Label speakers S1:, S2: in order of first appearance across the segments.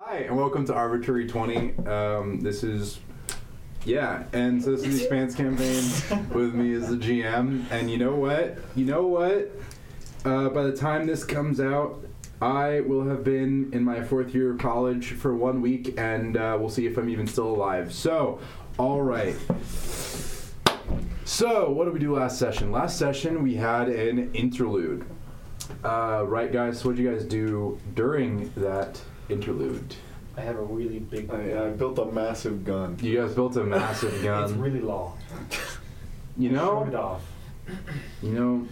S1: Hi, and welcome to Arbitrary 20. Um, this is, yeah, and so this is the Expanse campaign with me as the GM. And you know what? You know what? Uh, by the time this comes out, I will have been in my fourth year of college for one week, and uh, we'll see if I'm even still alive. So, all right. So, what did we do last session? Last session, we had an interlude. Uh, right, guys, so what did you guys do during that interlude?
S2: I have a really big one.
S3: I, I built a massive gun.
S1: You guys built a massive
S2: It's
S1: gun.
S2: really long.
S1: Um, you
S2: Short it
S1: know,
S2: off.
S1: you know,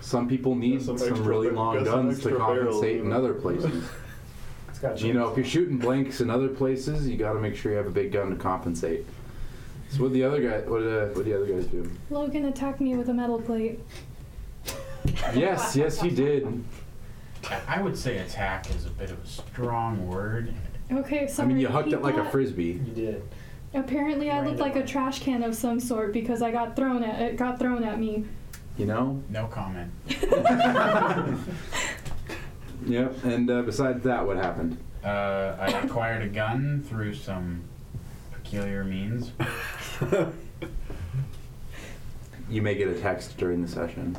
S1: some people need
S3: Got
S1: some,
S3: some extra
S1: really
S3: ba-
S1: long
S3: got some
S1: guns to
S3: extra barrels,
S1: compensate
S3: you
S1: in
S3: know.
S1: other places.
S2: It's got
S1: you know, if you're shooting blanks in other places, you got to make sure you have a big gun to compensate. So what the other guy? What uh, what the other guys do?
S4: Logan attacked me with a metal plate.
S1: Yes, yes, he did.
S5: I would say attack is a bit of a strong word.
S4: Okay,
S1: I
S4: sorry.
S1: mean, you hucked
S4: he
S1: it like a
S4: got-
S1: frisbee.
S2: You did.
S4: Apparently, I looked like a
S2: Randomly.
S4: trash can of some sort because I got thrown at it. Got thrown at me.
S1: You know.
S5: No comment.
S1: Yep. And uh, besides that, what happened?
S5: Uh, I acquired a gun through some peculiar means.
S1: You may get a text during the session.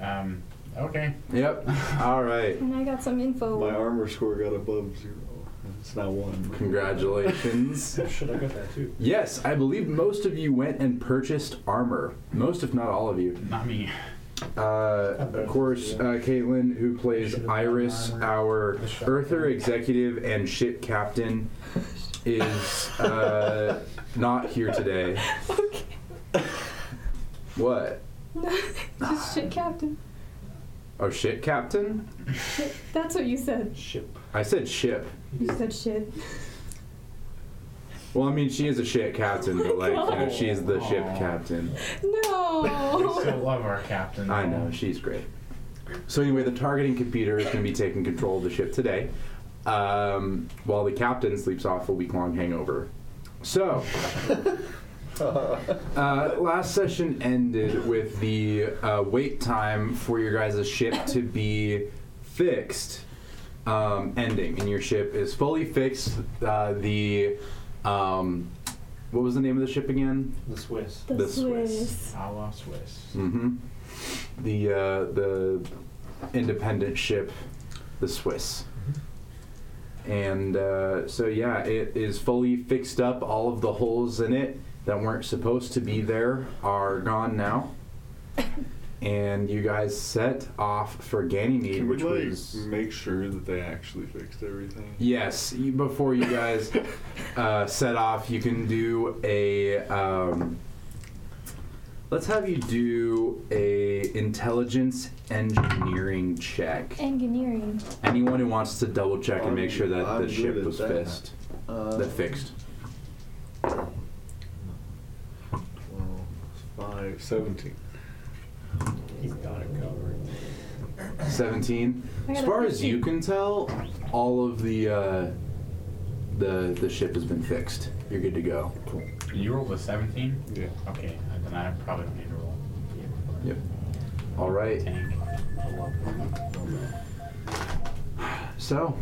S5: Um, okay.
S1: Yep. All right.
S4: And I got some info.
S3: My armor score got above zero. It's now one.
S1: Congratulations.
S2: Should I got that too?
S1: Yes, I believe most of you went and purchased armor. Most, if not all of you.
S5: Not me.
S1: Uh, of course, uh, Caitlin, who plays Iris, our Earther executive and ship captain, is uh, not here today.
S4: Okay.
S1: What?
S4: Just shit, Captain.
S1: Oh, ship captain?
S4: That's what you said.
S2: Ship.
S1: I said ship.
S4: You said shit.
S1: Well, I mean, she is a ship captain, but like, you know, she is the ship
S5: Aw.
S1: captain.
S5: We
S4: No.
S5: still love our captain.
S1: I know, she's great. So, anyway, the targeting computer is going to be taking control of the ship today, um, while the captain sleeps off a week long hangover. So, uh, last session ended with the uh, wait time for your guys' ship to be fixed um, ending, and your ship is fully fixed. Uh, the. Um, what was the name of the ship again?
S2: The Swiss.
S4: The,
S1: The Swiss.
S4: Swiss.
S5: A la Swiss.
S1: Mm-hmm. The uh, the independent ship, the Swiss.
S3: Mm-hmm.
S1: And uh, so yeah, it is fully fixed up. All of the holes in it that weren't supposed to be there are gone now. And you guys set off for Ganymede,
S3: Can we
S1: which
S3: like
S1: was
S3: make sure that they actually fixed everything?
S1: Yes, you- before you guys uh, set off, you can do a. Um, let's have you do a intelligence engineering check.
S4: Eh. Engineering.
S1: Anyone who wants to double check and make sure that
S3: I'm
S1: the
S3: good
S1: ship
S3: at
S1: was
S3: that.
S1: fixed,
S3: Uh,
S1: the fixed.
S3: 12, 5, 17.
S2: He's got it covered.
S1: Seventeen.
S4: I got
S1: As
S4: a
S1: far as you
S4: 15.
S1: can tell, all of the uh, the the ship has been fixed. You're good to go. Cool.
S5: You rolled a 17?
S3: Yeah.
S5: Okay, uh, then I probably don't need to roll.
S1: Yep. All right.
S5: Tank.
S1: So,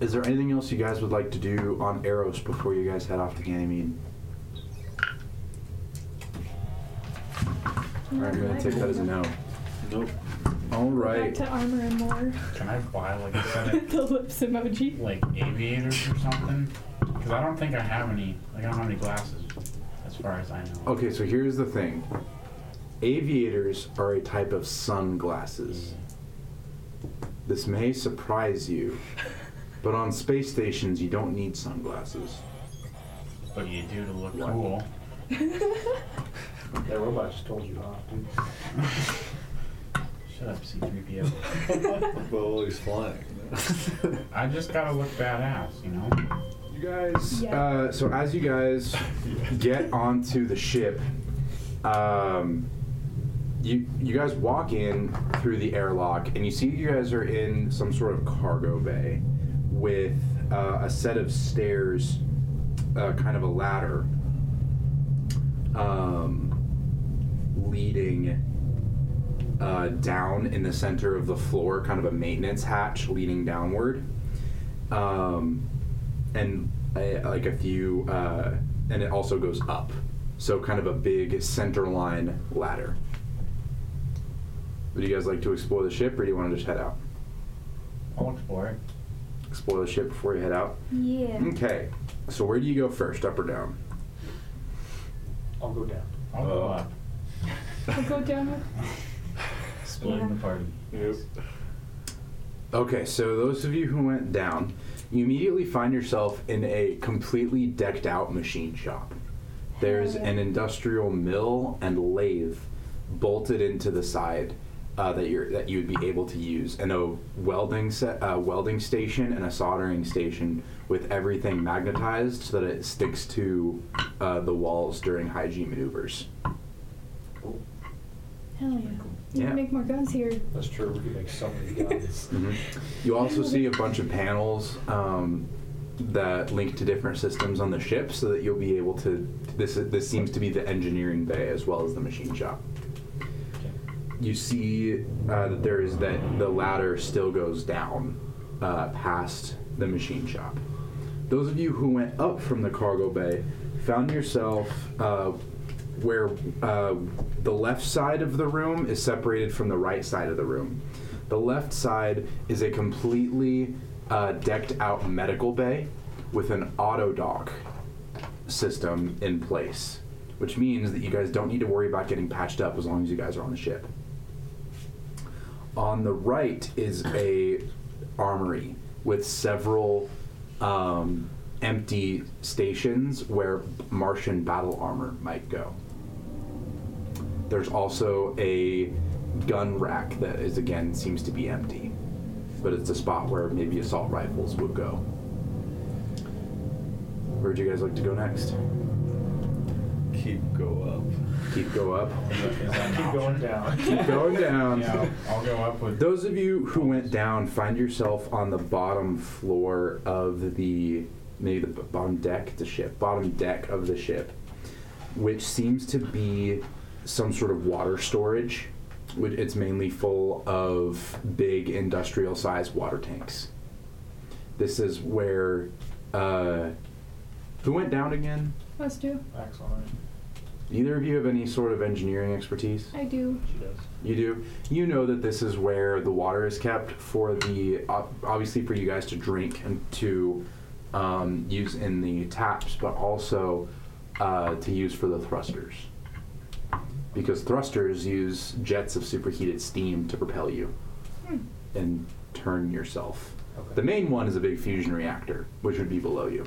S1: is there anything else you guys would like to do on Eros before you guys head off to Ganymede?
S4: Mm-hmm.
S1: All right, I'm gonna take that as a no.
S3: Nope.
S1: All
S4: Back
S1: right.
S4: to armor and more.
S5: Can I buy like a set of
S4: the lips emoji.
S5: like aviators or something? Because I don't think I have any. Like I don't have any glasses, as far as I know.
S1: Okay, so here's the thing. Aviators are a type of sunglasses. This may surprise you, but on space stations you don't need sunglasses.
S5: But you do to look
S1: What?
S5: cool.
S2: That robot just told you off, dude.
S5: Shut up, C3PO.
S3: Well, he's flying.
S5: I just gotta look badass, you know?
S1: You guys,
S4: Yeah.
S1: uh, so as you guys get onto the ship, um, you you guys walk in through the airlock, and you see you guys are in some sort of cargo bay with uh, a set of stairs, uh, kind of a ladder, um, leading uh, down in the center of the floor, kind of a maintenance hatch leading downward um, and I, like a few, uh, and it also goes up. So kind of a big center line ladder. Would you guys like to explore the ship, or do you want to just head out?
S5: I'll explore it.
S1: Explore the ship before you head out.
S6: Yeah.
S1: Okay. So where do you go first, up or down?
S2: I'll go down.
S5: I'll go
S3: Uh,
S5: up.
S4: I'll go down with
S5: Splitting the party.
S3: Yep.
S1: Okay, so those of you who went down, you immediately find yourself in a completely decked out machine shop. There's an industrial mill and lathe bolted into the side uh, that you're that you'd be able to use, and a welding set, uh, welding station, and a soldering station with everything magnetized so that it sticks to uh, the walls during hygiene maneuvers.
S4: Hell yeah. You
S1: Yeah.
S4: can make more guns here.
S2: That's true. We can make so many guns.
S1: You also see a bunch of panels um, that link to different systems on the ship, so that you'll be able to. This this seems to be the engineering bay as well as the machine shop. You see uh, that there is that the ladder still goes down uh, past the machine shop. Those of you who went up from the cargo bay found yourself uh, where uh, the left side of the room is separated from the right side of the room. The left side is a completely uh, decked out medical bay with an auto dock system in place, which means that you guys don't need to worry about getting patched up as long as you guys are on the ship. On the right is a armory with several um, empty stations where Martian battle armor might go. There's also a gun rack that is again seems to be empty, but it's a spot where maybe assault rifles would go. Where would you guys like to go next?
S3: Keep go up.
S1: Keep go up.
S5: Is that- is that an
S2: Keep going
S5: option?
S2: down.
S1: Keep going down.
S5: Yeah, I'll I'll go up with.
S1: Those of you who went down find yourself on the bottom floor of the maybe the b- bottom deck of the ship, bottom deck of the ship, which seems to be some sort of water storage. Which it's mainly full of big industrial-sized water tanks. This is where uh, who went down again?
S4: Us do.
S2: Excellent.
S1: Either of you have any sort of engineering expertise?
S4: I do.
S2: She does.
S1: You do. You know that this is where the water is kept for the ob- obviously for you guys to drink and to um, use in the taps, but also uh, to use for the thrusters. Because thrusters use jets of superheated steam to propel you and turn yourself.
S2: Okay.
S1: The main one is a big fusion reactor, which would be below you.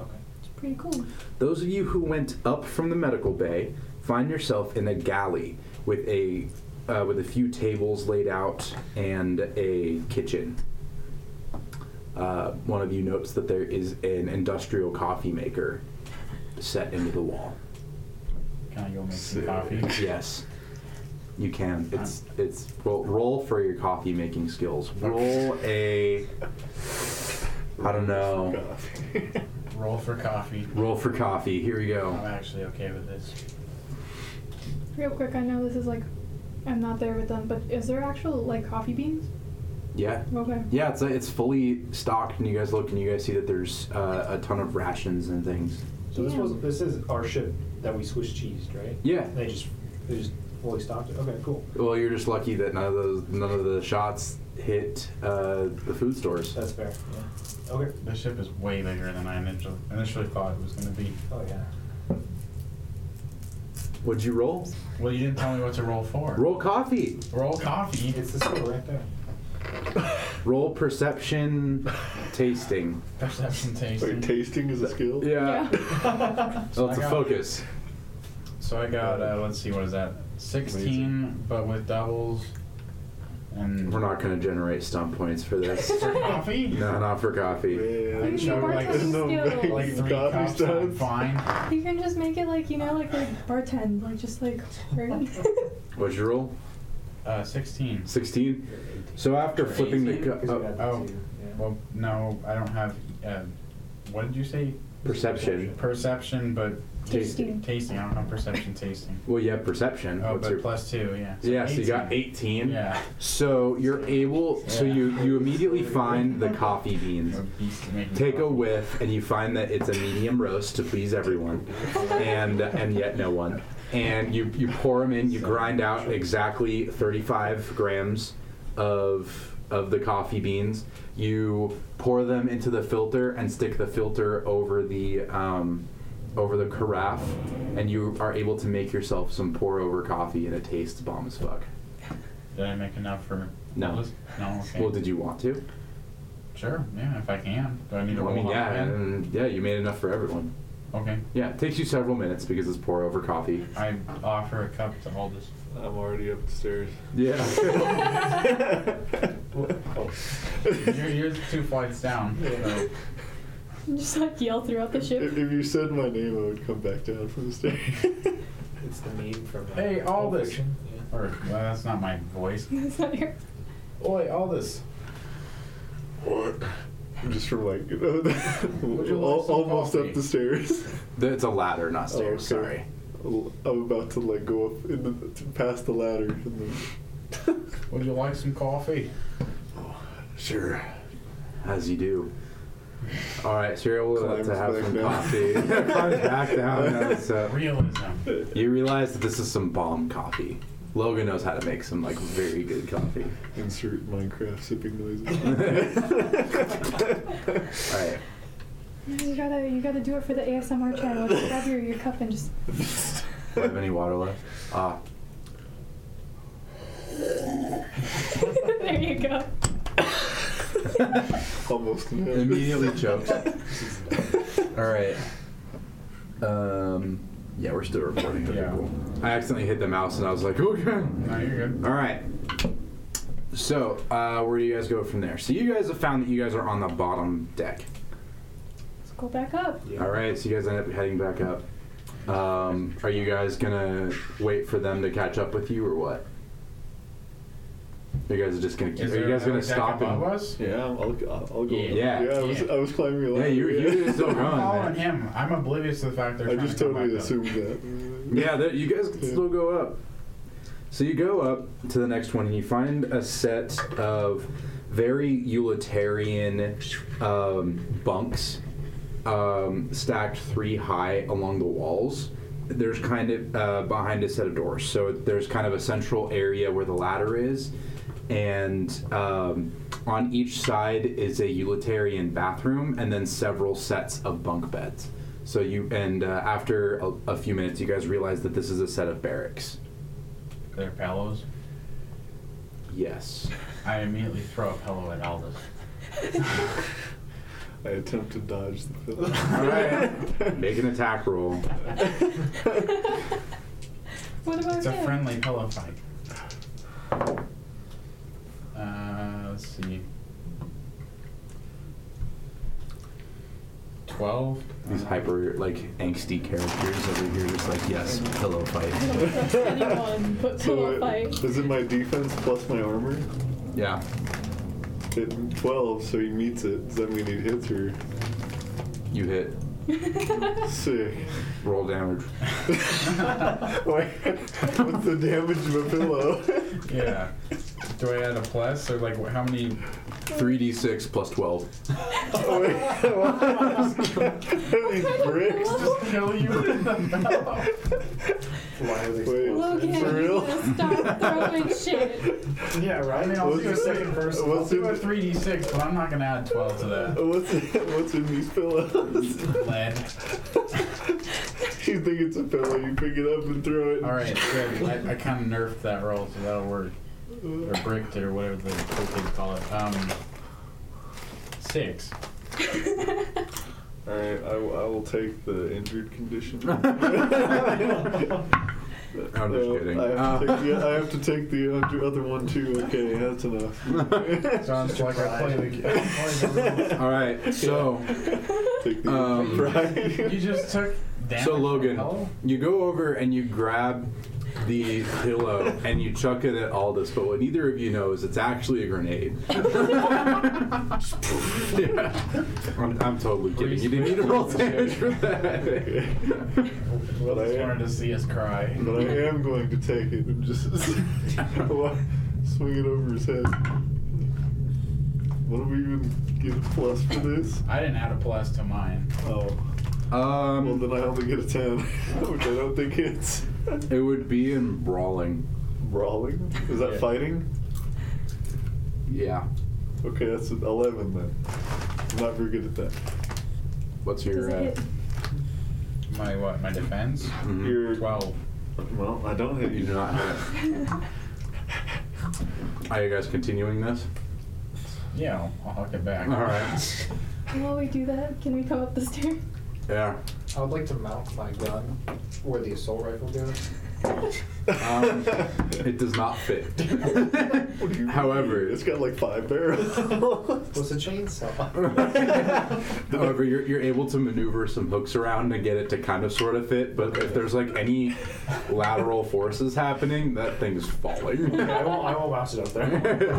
S2: Okay.
S4: It's pretty cool.
S1: Those of you who went up from the medical bay find yourself in a galley with a uh, with a few tables laid out and a kitchen. Uh, one of you notes that there is an industrial coffee maker set into the wall.
S5: Can I go make some
S3: Sick.
S5: coffee?
S1: Yes, you can. It's it's roll, roll for your coffee making skills. Roll a I don't know.
S3: Coffee.
S5: Roll for coffee.
S1: Roll for coffee. Here we go.
S5: I'm actually okay with this.
S4: Real quick, I know this is like, I'm not there with them, but is there actual like coffee beans?
S1: Yeah.
S4: Okay.
S1: Yeah, it's uh, it's fully stocked, and you guys look and you guys see that there's uh, a ton of rations and things.
S2: So this
S4: Yeah.
S2: was this is our ship that we Swiss cheesed, right?
S1: Yeah.
S2: They just they just fully stopped it. Okay, cool.
S1: Well, you're just lucky that none of those none of the shots hit uh, the food stores.
S2: That's fair. Yeah. Okay.
S5: This ship is way bigger than I initially, initially thought it was going to be.
S2: Oh yeah.
S1: What'd you roll?
S5: Well, you didn't tell me what to roll for.
S1: Roll coffee.
S5: Roll coffee.
S2: It's the silver right there.
S1: Roll perception, tasting.
S5: Perception
S3: Wait,
S5: tasting.
S3: tasting is a skill?
S1: Yeah.
S5: So
S1: Oh, it's
S5: I
S1: a
S5: got-
S1: focus.
S5: So I got, uh, let's see, what is that? 16, but with doubles. And
S1: We're not gonna generate stump points for this.
S5: for coffee?
S1: no, not for coffee.
S3: Man,
S4: You
S5: Like,
S4: can
S5: so,
S4: do bartending
S5: like, no
S4: skills.
S5: Like
S3: Coffee
S5: three cups, I'm
S3: stones.
S5: fine.
S4: You can just make it like you know, like like bartend, like just like. right?
S1: What'd you roll?
S5: Uh, 16.
S1: Sixteen.
S2: You're 18.
S1: So after
S5: Oh.
S1: flipping the
S5: Eighteen?
S1: cup, uh,
S2: Because you
S1: oh,
S2: got the
S5: oh.
S2: two, yeah.
S5: Well, no, I don't have. Uh, um, what did you say?
S1: Perception.
S5: Perception, but
S1: Tasting.
S5: tasting. I don't know perception, tasting.
S1: Well, you have perception.
S5: Oh,
S1: Mm-hmm. What's
S5: but
S1: your-
S5: plus two, yeah.
S1: yeah, so you got
S5: 18.
S1: 18.
S5: Yeah.
S1: So you're able, so
S5: Yeah.
S1: you, you immediately find the coffee beans.
S5: A beast is making
S1: Take a
S5: coffee.
S1: whiff, and you find that it's a medium roast to please everyone, and and yet no one. And you you pour them in. You grind out exactly 35 grams of of the coffee beans. You pour them into the filter and stick the filter over the um, over the carafe, and you are able to make yourself some pour over coffee, and it tastes bomb as fuck.
S5: Did I make enough for?
S1: No.
S5: Liz? No. Okay.
S1: Well, did you want to?
S5: Sure. Yeah, if I can. Do I need to
S1: Well, I
S5: roll
S1: mean,
S5: up
S1: yeah,
S5: again?
S1: and- yeah. You made enough for everyone.
S5: Okay.
S1: Yeah, it takes you several minutes because it's pour over coffee.
S5: I offer a cup to hold this.
S3: I'm already upstairs.
S1: Yeah.
S2: Oh,
S5: You're, you're two flights down. So.
S4: Just like yell throughout the
S3: If, if
S4: ship.
S3: you said my name, I would come back down from the stairs.
S2: it's the name from. Uh,
S5: Hey, all
S2: Pulp
S5: this.
S2: Fiction. Yeah.
S5: Or well, that's not my voice.
S4: It's not your-
S5: Oi, all this.
S3: What? Just from like you know,
S5: Would you like
S3: al-
S5: some
S3: almost
S5: coffee?
S3: up the stairs.
S1: it's a ladder, not stairs.
S3: Oh, okay.
S1: Sorry.
S3: I'm about to like go up in the, to- past the ladder and then.
S5: Would you like some coffee?
S3: Sure.
S1: As you do. All right, so you're able to-
S3: Climbs
S1: to have
S3: back
S1: some
S3: down.
S1: coffee. Climbs back down. no, so-
S5: Realism.
S1: you realize that this is some bomb coffee. Logan knows how to make some like very good coffee.
S3: Insert Minecraft sipping
S1: All
S3: noises.
S1: right.
S4: You gotta, you gotta do it for the ASMR channel. Just grab your, your cup and just.
S1: Do I have any water left? Ah,
S4: there you go.
S3: Almost. nailed it.
S1: Immediately choked. all right. Um, yeah, we're still recording. Okay,
S5: Yeah.
S1: cool. I accidentally hit the mouse and I was like, okay.
S5: No, you're good.
S1: All right. So, uh, where do you guys go from there? So, you guys have found that you guys are on the bottom deck.
S4: Let's go back up.
S1: All right. So, you guys end up heading back up. Um, are you guys gonna wait for them to catch up with you, or what? You guys are just gonna. Keep, are you guys gonna stop
S5: and?
S1: and?
S5: Was?
S3: Yeah, I'll, I'll, I'll go.
S5: Yeah.
S3: I, was,
S5: Yeah.
S3: I was climbing a
S1: Yeah,
S3: ladder.
S1: you you guys still going,
S5: I'm following
S1: man.
S5: him. I'm oblivious to the fact they're
S3: I
S5: trying
S3: just
S5: to come
S3: totally
S5: back up.
S3: assumed that.
S1: Yeah, there, you guys can still go up. So you go up to the next one and you find a set of very utilitarian um, bunks um, stacked three high along the walls. There's kind of uh, behind a set of doors. So there's kind of a central area where the ladder is, and um, on each side is a utilitarian bathroom and then several sets of bunk beds. So you and uh, after a, a few minutes, you guys realize that this is a set of barracks.
S5: They're pillows.
S1: Yes.
S5: I immediately throw a pillow at Aldous.
S3: I attempt to dodge the pillow.
S1: All right. Make an attack roll.
S4: What
S2: Oh,
S4: about
S5: It's a
S4: him?
S5: friendly pillow fight. Uh, let's see. Twelve.
S1: These
S5: Uh,
S1: hyper like angsty characters over here, just like yes, pillow
S4: I
S1: fight.
S4: don't trust anyone, but
S3: So
S4: we'll fight.
S3: is it my defense plus my armor?
S1: Yeah.
S3: It, 12, so he meets it. Does that mean he hits her?
S1: You hit.
S3: Sick.
S1: Roll damage.
S3: Wait, What's the damage of a pillow?
S5: Yeah. Do I add a plus or like wh- how many?
S1: Three d six plus twelve.
S3: Oh, wait. These bricks.
S5: Just kill you with the pillow.
S2: Why are they
S3: Wait.
S4: Logan,
S3: For real?
S4: you gotta stop throwing shit.
S2: Yeah,
S5: I
S2: right.
S5: mean, I'll do a second person. I'll
S3: What's
S5: do a
S3: in-
S5: three d six, but I'm not gonna add twelve to that.
S3: What's, what's in these pillows?
S5: Lead.
S3: you think it's a pillow, you pick it up and throw it.
S5: All right, good. I, I kind of nerfed that roll, so that'll work. Or bricked it, or whatever the cool kids call it. Um, six.
S3: All right, I, w- I will take the injured condition.
S1: I'm just
S3: No,
S1: kidding.
S3: I have, to
S1: Uh.
S3: take the, I have to take the other- other one too. Okay, that's enough.
S5: Sounds like I played the game. I
S1: All right. So
S3: Take the
S1: Um,
S3: right.
S5: played the- You just took damage.
S1: so
S5: from
S1: Logan,
S5: hell?
S1: you go over and you grab the pillow and you chuck it at Aldous, but what neither of you know is it's actually a grenade. yeah. I'm, I'm totally kidding. You didn't need to roll damage for that.
S5: Will
S3: But I
S5: just
S3: am-
S5: wanted to see us cry.
S3: But I am going to take it and just swing it over his head. What do we even get a plus for this?
S5: I didn't add a plus to mine.
S3: Oh. Well,
S1: Um,
S3: then I only get a 10, which I don't think hits.
S1: it would be in brawling.
S3: Brawling? Is that
S5: Yeah.
S3: fighting?
S1: Yeah.
S3: Okay, that's an 11 then. I'm not very good at that.
S1: What's
S4: Does
S1: your?
S4: it
S1: Uh,
S4: hit?
S5: My what? My defense?
S1: mhm.
S3: Your-
S5: Twelve.
S3: Well, I don't hit
S1: You do not
S4: uh,
S1: have it. Are you guys continuing this?
S5: Yeah, I'll, I'll hook it back.
S1: All right.
S4: While we do that, can we come up the stairs?
S1: Yeah.
S2: I would like to mount my gun where the assault rifle goes.
S1: Um, it does not fit.
S3: What do you mean?
S1: However,
S3: it's got like five barrels.
S2: Was a chainsaw.
S1: However, you're, you're able to maneuver some hooks around and get it to kind of sort of fit, but if there's like any lateral forces happening, that thing's falling.
S2: I won't. I won't mount it up there.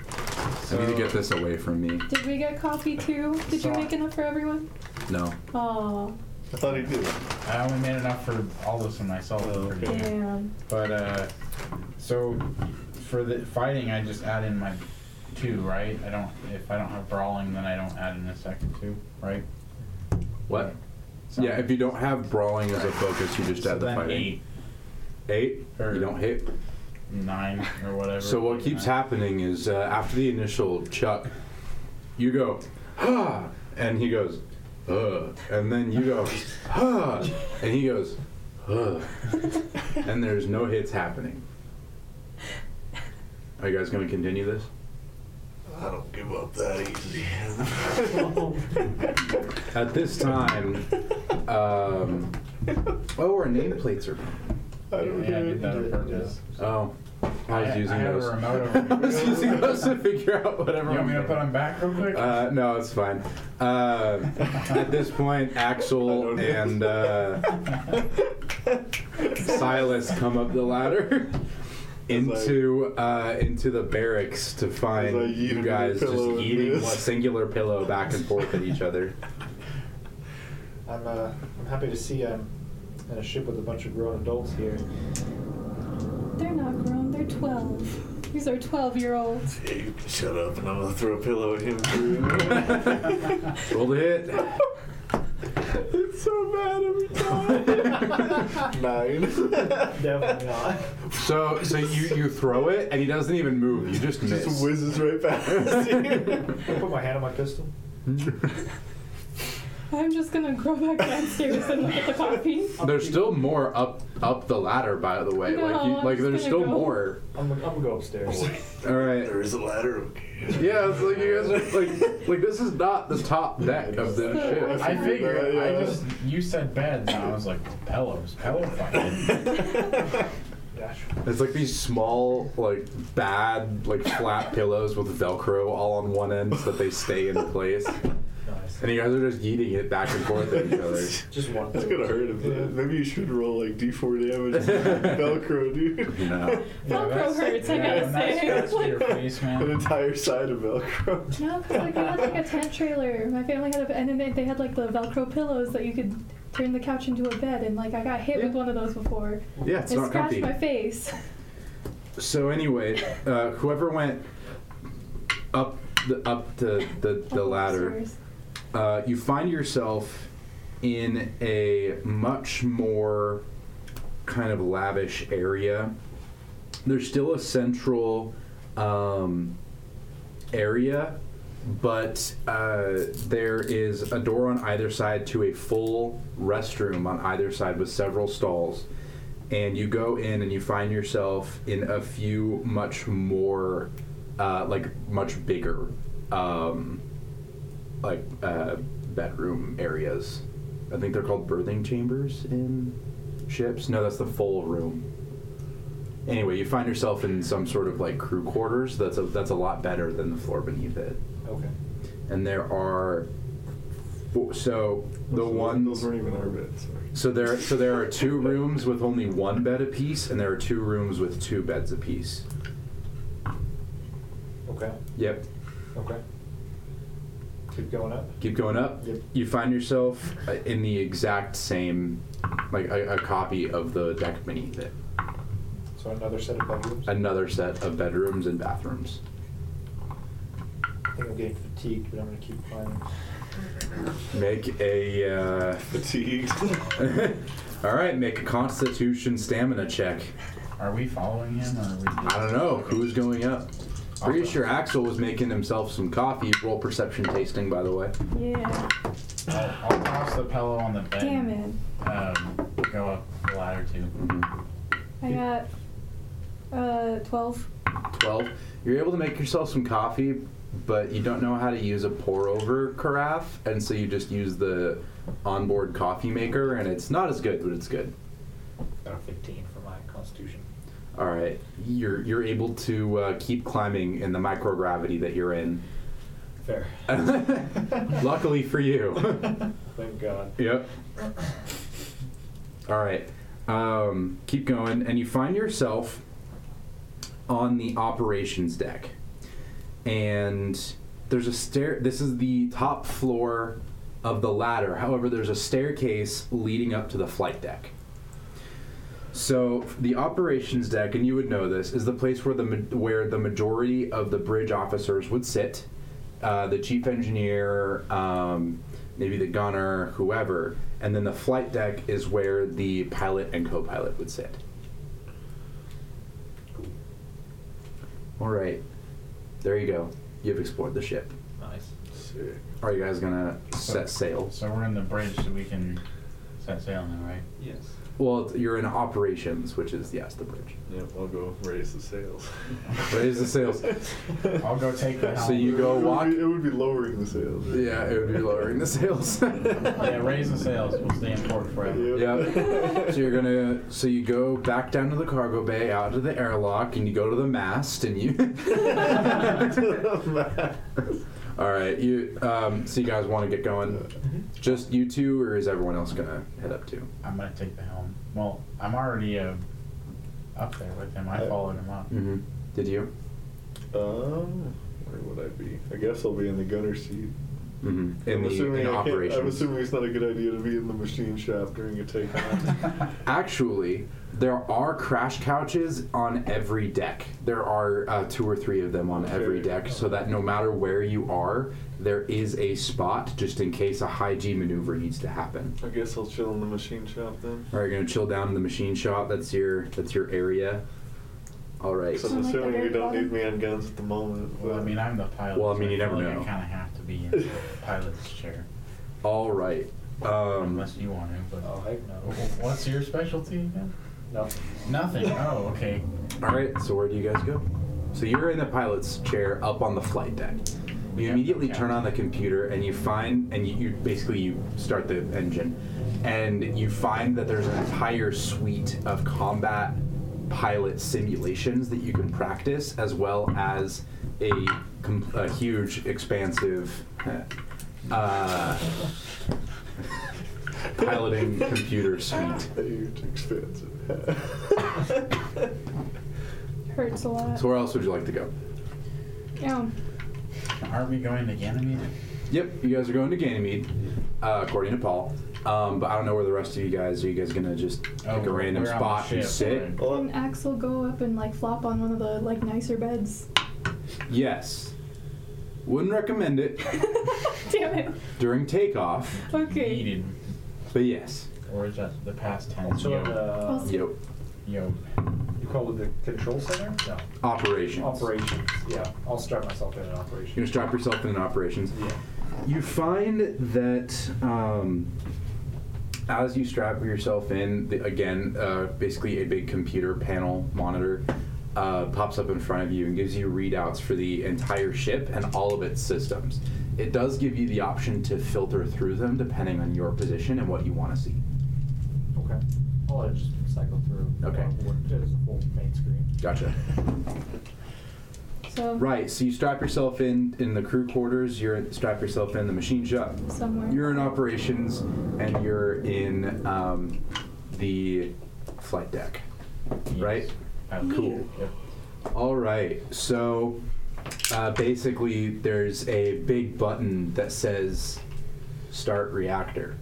S1: I need to get this away from me.
S4: Did we get coffee too? Did you
S5: So-
S4: make enough for everyone?
S1: No.
S4: Oh,
S3: I thought he did.
S5: I only made enough for Aldous and myself.
S3: Oh,
S5: pretty
S3: okay.
S5: much.
S4: damn.
S5: But uh, so for the fighting, I just add in my two, right? I don't. If I don't have brawling, then I don't add in a second two, right?
S1: What? Yeah, if you don't have brawling as a focus, you just
S5: So
S1: add the
S5: then
S1: fighting.
S5: eight,
S1: Eight?
S5: Or-
S1: You don't hit.
S5: nine, or whatever.
S1: So what keeps
S5: Nine.
S1: happening is uh, after the initial chuck, you go, ah, and he goes, ugh, and then you go, ah, and he goes, ugh, and there's no hits happening. Are you guys going to continue this?
S3: I don't give up that easy.
S1: At this time, um, oh, our nameplates are.
S3: I don't
S5: Yeah, I did
S3: get
S5: that on
S3: it.
S5: purpose.
S1: Oh, I was
S5: I-
S1: using
S5: I have a
S1: those.
S5: remote over
S1: I was
S5: here.
S1: using those to figure out
S5: You
S1: whatever.
S5: want me to put them back real quick?
S1: Uh, no, it's fine. Uh, at this point, Axel and uh, Silas come up the ladder into uh, into the barracks to find
S3: As I yeet
S1: you
S3: into
S1: guys
S3: the
S1: just
S3: pillow and
S1: eating
S3: miss.
S1: a singular pillow back and forth at each other.
S2: I'm. Uh, I'm happy to see I'm in a ship with a bunch of grown adults here.
S4: They're not grown, they're 12. These are 12 year olds.
S3: Yeah, you can shut up and I'm gonna throw a pillow at him too.
S1: Roll to hit.
S3: it's so bad every time. Nine.
S2: Definitely not.
S1: So so you you throw it and he doesn't even move. You just miss.
S3: Just whizzes right past
S2: I
S3: you.
S2: put my hand on my pistol.
S4: I'm just gonna go back downstairs and look at the coffee.
S1: There's still more up up the ladder, by the way.
S4: No,
S1: like you,
S4: I'm
S1: like
S4: just
S1: there's
S4: gonna
S1: still
S4: go.
S1: more.
S2: I'm. I'm gonna go upstairs.
S1: All right.
S3: is a ladder, okay.
S1: Yeah, it's like you guys are like like this is not the top deck of the ship.
S5: I figured.
S3: Yeah.
S5: I just you said beds, and I was like pillows, pillow fighting.
S2: Gosh.
S1: It's like these small, like bad, like flat pillows with Velcro all on one end so that they stay in place.
S2: Nice.
S1: And you guys are just eating it back and forth at each other.
S2: Just one.
S3: That's gonna hurt him.
S2: Yeah.
S3: Maybe you should roll like D4 damage. Velcro, dude.
S1: No.
S5: Yeah,
S4: Velcro
S5: that's-
S4: hurts, I
S5: yeah,
S4: gotta
S5: when that
S4: say.
S5: scratched your face, man.
S3: An entire side of Velcro.
S4: No, because I got like a tent trailer. My family had a, and then they- they had like the Velcro pillows that you could turn the couch into a bed, and like I got hit with one of those before.
S1: Yeah, it's
S4: it
S1: not
S4: scratched
S1: comfy.
S4: my face.
S1: So anyway, uh, whoever went up the up to the, the
S4: Up
S1: ladder,
S4: upstairs.
S1: uh, you find yourself in a much more kind of lavish area. There's still a central um, area, but uh, there is a door on either side to a full restroom on either side with several stalls. And you go in and you find yourself in a few much more, uh, like, much bigger, um, like, uh, bedroom areas. I think they're called birthing chambers in ships. No, that's the full room. Anyway, you find yourself in some sort of like crew quarters. That's a that's a lot better than the floor beneath it.
S2: Okay.
S1: And there are Four- So the one.
S3: Those weren't even our beds. Sorry.
S1: So there, so there are two rooms with only one bed apiece, and there are two rooms with two beds apiece.
S2: Okay.
S1: Yep.
S2: Okay. Keep going up.
S1: Keep going up.
S2: Yep.
S1: You find yourself uh, in the exact same, like a, a copy of the deck beneath it.
S2: So another set of bedrooms.
S1: Another set of bedrooms and bathrooms.
S2: I think I'm getting fatigued, but I'm gonna keep climbing.
S1: Make a. Uh,
S3: Fatigued.
S1: all right, make a Constitution stamina check.
S5: Are we following him or are we?
S1: I don't know who's going up. Pretty
S5: Awesome.
S1: sure Axel was making himself some coffee. Roll perception tasting, by the way.
S4: Yeah.
S5: I'll, I'll toss the pillow on the bed.
S4: Damn it.
S5: and, Um, go up the ladder too.
S4: I got uh 12.
S1: 12. You're able to make yourself some coffee, but you don't know how to use a pour over carafe, and so you just use the onboard coffee maker, and it's not as good, but it's good.
S2: Got a 15 for my constitution.
S1: All right, you're you're able to uh, keep climbing in the microgravity that you're in.
S2: Fair.
S1: Luckily for you.
S2: Thank God.
S1: Yep. All right. Um, keep going, and you find yourself on the operations deck, and there's a stair. This is the top floor of the ladder. However, there's a staircase leading up to the flight deck. So the operations deck, and you would know this, is the place where the ma- where the majority of the bridge officers would sit. Uh, the chief engineer, um, maybe the gunner, whoever, and then the flight deck is where the pilot and co-pilot would sit. All right, there you go. You've explored the ship.
S2: Nice.
S3: Sick.
S1: Are you guys gonna set sail?
S5: So we're in the bridge, so we can set sail now, right?
S2: Yes.
S1: Well, you're in operations, which is yes, the bridge.
S3: Yep, I'll go raise the sails.
S1: Raise the sails.
S5: I'll go take the helm.
S1: So you go
S3: It would
S1: walk-
S3: be- It would be lowering the sails. right?
S1: Yeah, it would be lowering the sails.
S5: Yeah, raise the sails. We'll stay in port forever.
S1: Yeah. So you're gonna. So you go back down to the cargo bay, out to the airlock, and you go to the mast, and you. All right, you. Um, so you guys want to get going? Just you two, or is everyone else gonna head up too?
S5: I'm gonna take the helm. Well, I'm already uh, up there with him. I followed him up.
S1: Mm-hmm. Did you?
S3: Um, where would I be? I guess I'll be in the gunner seat.
S1: Mm-hmm. In
S3: I'm
S1: the in
S3: assuming I can't- I'm
S1: operations.
S3: assuming it's not a good idea to be in the machine shop during a takeoff.
S1: Actually, there are crash couches on every deck. There are uh, two or three of them on every
S3: Okay.
S1: deck, so that no matter where you are, there is a spot just in case a high G maneuver needs to happen.
S3: I guess I'll chill in the machine shop then.
S1: All right, you're gonna chill down in the machine shop. That's your that's your area. All right.
S3: So I'm
S4: Sound like the
S3: assuming you
S4: very
S3: don't need
S4: bottom.
S3: me on guns at the moment.
S5: Well, I
S3: but-
S5: mean, I'm the pilot.
S1: Well, I
S5: so
S1: mean, you
S5: feel
S1: never
S5: like
S1: know.
S5: I kind of have to be in the pilot's chair,
S1: All right. Um,
S5: unless you want to. But uh,
S2: Oh, heck no.
S5: Wh- what's your specialty again?
S2: Nothing.
S5: Nothing. Oh, okay.
S1: all right. So where do you guys go? So you're in the pilot's chair up on the flight deck. You
S5: Yeah,
S1: immediately
S5: okay.
S1: turn on the computer and you find and you, you basically you start the engine and you find that there's an entire suite of combat pilot simulations that you can practice as well as a, com- a huge expansive uh, piloting computer suite.
S3: Huge, expensive.
S4: Hurts a lot.
S1: So where else would you like to go?
S4: Um,
S5: Are we going to Ganymede?
S1: Yep, you guys are going to Ganymede, uh, according to Paul. Um, but I don't know where the rest of you guys are. You guys gonna just pick
S5: Oh,
S1: a random
S5: we're on the
S1: spot and
S5: ship,
S1: sit?
S5: right.
S3: Well,
S4: can Axel go up and like flop on one of the like nicer beds?
S1: Yes. Wouldn't recommend it
S4: Damn it.
S1: during takeoff,
S4: Okay.
S5: Needed,
S1: but yes.
S5: or is that the past tense?
S2: Also,
S5: Yo,
S2: uh,
S4: Also-
S1: Yep.
S5: yo.
S2: you call it the control center? No.
S1: Operations.
S2: Operations. Yeah. I'll strap myself in an
S1: You're
S2: operation.
S1: gonna strap yourself in an operations.
S2: Yeah.
S1: You find that um, as you strap yourself in, the, again, uh, basically a big computer panel monitor uh, pops up in front of you and gives you readouts for the entire ship and all of its systems. It does give you the option to filter through them depending on your position and what you want to see.
S2: Okay. I'll just cycle through.
S1: Okay.
S2: What it is, the full main screen.
S1: Gotcha.
S4: So
S1: Right. So you strap yourself in in the crew quarters. You're strap yourself in the machine shop.
S4: somewhere.
S1: You're in operations, and you're in um, the flight deck. Right?
S5: Um,
S1: Cool.
S5: Yep.
S1: All right. So uh, basically, there's a big button that says "Start Reactor,"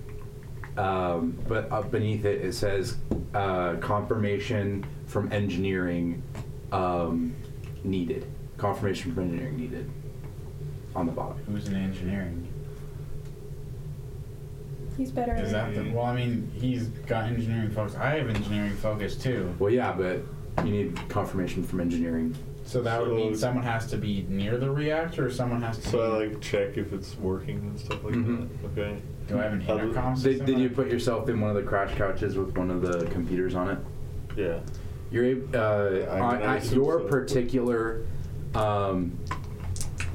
S1: um, but up beneath it it says uh, "Confirmation from Engineering um, needed." Confirmation from engineering needed. On the bottom.
S5: Who's in engineering?
S4: He's better.
S5: Is
S4: at
S5: that the, well? I mean, he's got engineering focus. I have engineering focus too.
S1: Well, yeah, but you need confirmation from engineering.
S5: So that would
S3: So-
S5: mean someone has to be near the reactor, or someone has to.
S3: So I
S5: be,
S3: like check if it's working and stuff like
S1: Mhm.
S3: that. Okay.
S5: do I have an intercom system?
S1: Did, did you put yourself in one of the crash couches with one of the computers on it?
S3: Yeah.
S1: You're ab- uh,
S3: I mean,
S1: on,
S3: I
S1: at
S3: assume
S1: your
S3: so.
S1: particular um,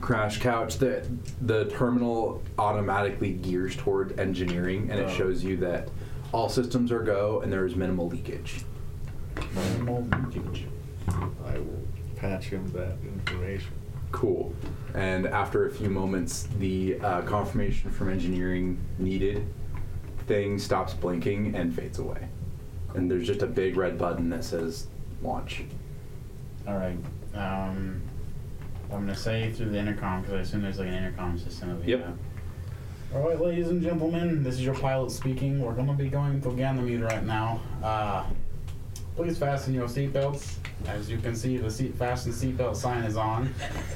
S1: crash couch, the the terminal automatically gears toward engineering, and
S3: Oh.
S1: it shows you that all systems are go and there is minimal leakage.
S5: Minimal leakage.
S3: I will patch him that information.
S1: Cool. And after a few moments, the uh, confirmation from engineering needed thing stops blinking and fades away. And there's just a big red button that says launch.
S5: All right. Um, I'm gonna say through the intercom because I assume there's like an intercom system. Of,
S1: Yep.
S5: All right, ladies and gentlemen, this is your pilot speaking. We're gonna be going to Ganymede right now. Uh, please fasten your seatbelts. As you can see, the seat fasten seatbelt sign is on,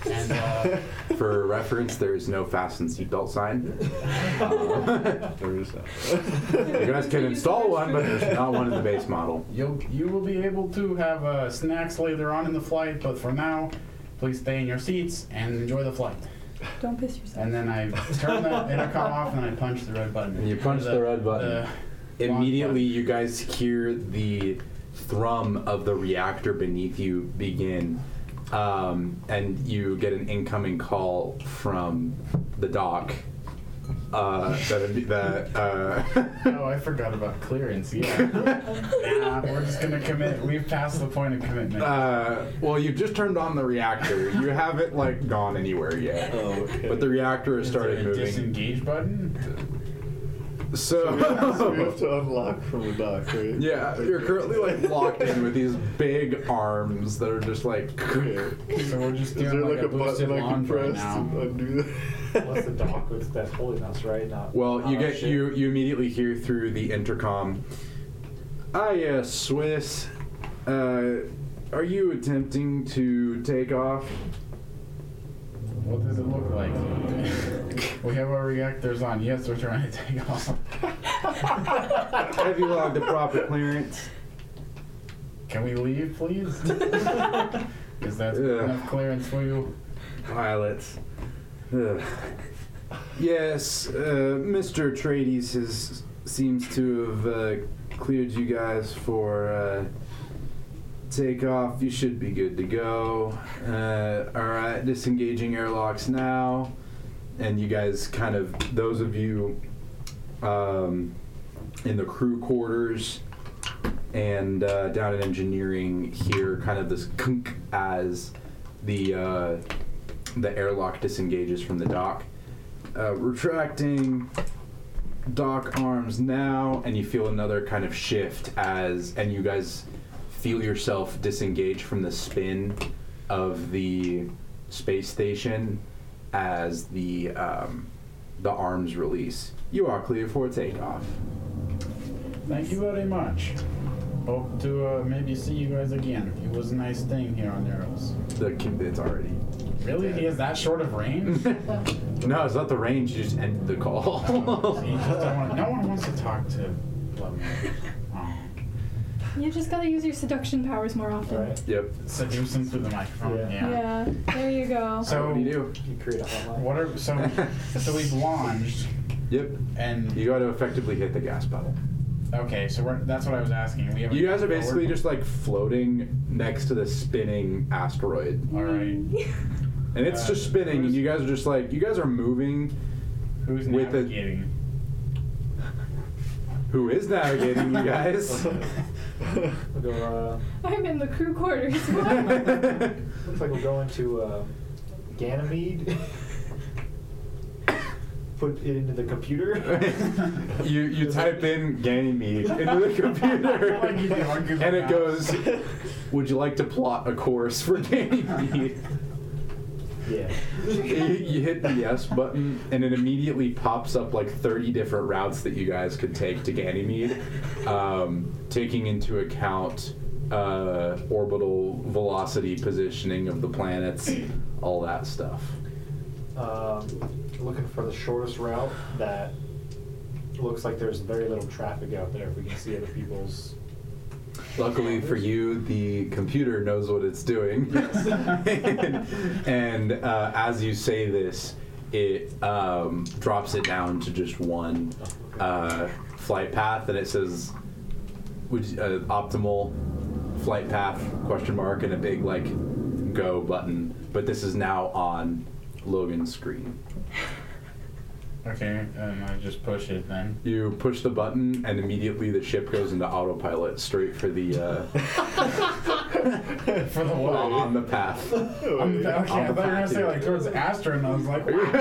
S5: and uh,
S1: For reference, there is no fasten seatbelt sign. Uh,
S3: There is that.
S1: you guys can install one, but there's not one in the base model.
S5: you'll you will be able to have uh, snacks later on in the flight. But for now, please stay in your seats and enjoy the flight.
S4: it. Don't piss yourself.
S5: And then I turn the intercom off and I punch the red button. Uh,
S1: And you punch the red button. Immediately, you guys hear the thrum of the reactor beneath you begin, um, and you get an incoming call from the dock. Uh, that that uh,
S5: oh, I forgot about clearance. Yeah. nah, we're just gonna commit. We've passed the point of commitment.
S1: uh, well, you've just turned on the reactor. You haven't like gone anywhere yet,
S3: Oh, okay.
S1: but the reactor has
S5: Is there
S1: started
S5: a
S1: moving.
S5: disengage button?
S3: So we have
S1: So.
S3: to unlock from the dock, right?
S1: Yeah, you're currently like locked in with these big arms that are just like
S3: Okay.
S5: So we're
S3: Is
S5: just
S3: there
S5: doing like,
S3: like a
S5: boosted
S3: button I can
S5: launch right
S3: press to
S5: now.
S3: undo that?
S2: Unless the dock was that's holding us, right? Not,
S1: Well, you
S2: Oh,
S1: get
S2: shit.
S1: you you immediately hear through the intercom. Ah, yes, Swiss. Uh, are you attempting to take off?
S5: What does it look like? we have our reactors on. Yes, we're trying to take off.
S1: Have you logged the proper clearance?
S5: Can we leave, please? Is that
S1: Yeah.
S5: enough clearance for you?
S1: Pilots. Ugh. Yes, uh, Mr. Trades has seems to have uh, cleared you guys for uh, takeoff. You should be good to go. Uh, all right, disengaging airlocks now, and you guys kind of those of you um, in the crew quarters and uh, down in engineering hear kind of this kunk as the uh, the airlock disengages from the dock. Uh, retracting dock arms now, and you feel another kind of shift as, and you guys feel yourself disengage from the spin of the space station as the um, the arms release. You are clear for takeoff.
S5: Thank you very much. Hope to uh, maybe see you guys again. It was a nice thing here on Eros.
S1: The it's already.
S5: Really? He has that short of range?
S1: no, it's not the range. You just ended the call.
S5: He just don't wanna- no one wants to talk to Bloodman. Oh.
S4: You just gotta use your seduction powers more often.
S2: Right?
S1: yep.
S5: Seduce him through the microphone. Yeah.
S2: Yeah.
S4: Yeah. There you go.
S5: So-
S1: what do you do?
S2: You create a hotline.
S5: What are so? so we've launched,
S1: Yep.
S5: and
S1: You got to effectively hit the gas pedal.
S5: okay. So we're, that's what I was asking. We have
S1: You guys are basically just like floating next to the spinning asteroid.
S5: All right.
S1: And it's just
S5: Uh,
S1: spinning, and you guys are just like, you guys are moving.
S5: Who's
S1: With the-
S5: navigating?
S1: Who is navigating, you guys?
S2: We'll go, uh,
S4: I'm in the crew quarters.
S2: looks like we're going to uh, Ganymede. Put it into the computer.
S1: you you type in Ganymede into the computer,
S5: Like you do argue
S1: and it
S5: about.
S1: goes. Would you like to plot a course for Ganymede?
S2: yeah.
S1: you, you hit the yes button, and it immediately pops up like 30 different routes that you guys could take to Ganymede, um, taking into account uh, orbital velocity, positioning of the planets, all that stuff.
S2: Um, looking for the shortest route that looks like there's very little traffic out there. If we can see other people's
S1: Luckily for you, the computer knows what it's doing. and uh, as you say this, it um, drops it down to just one uh, flight path, and it says would you- uh, optimal flight path question mark and a big like go button. But this is now on Logan's screen.
S5: Okay, and I just push it then.
S1: You push the button, and immediately the ship goes into autopilot, straight for the uh,
S5: For the
S1: on the path.
S3: Oh,
S5: I'm, okay, I thought you were gonna say like towards Astra, and I was like,
S1: you
S5: wow.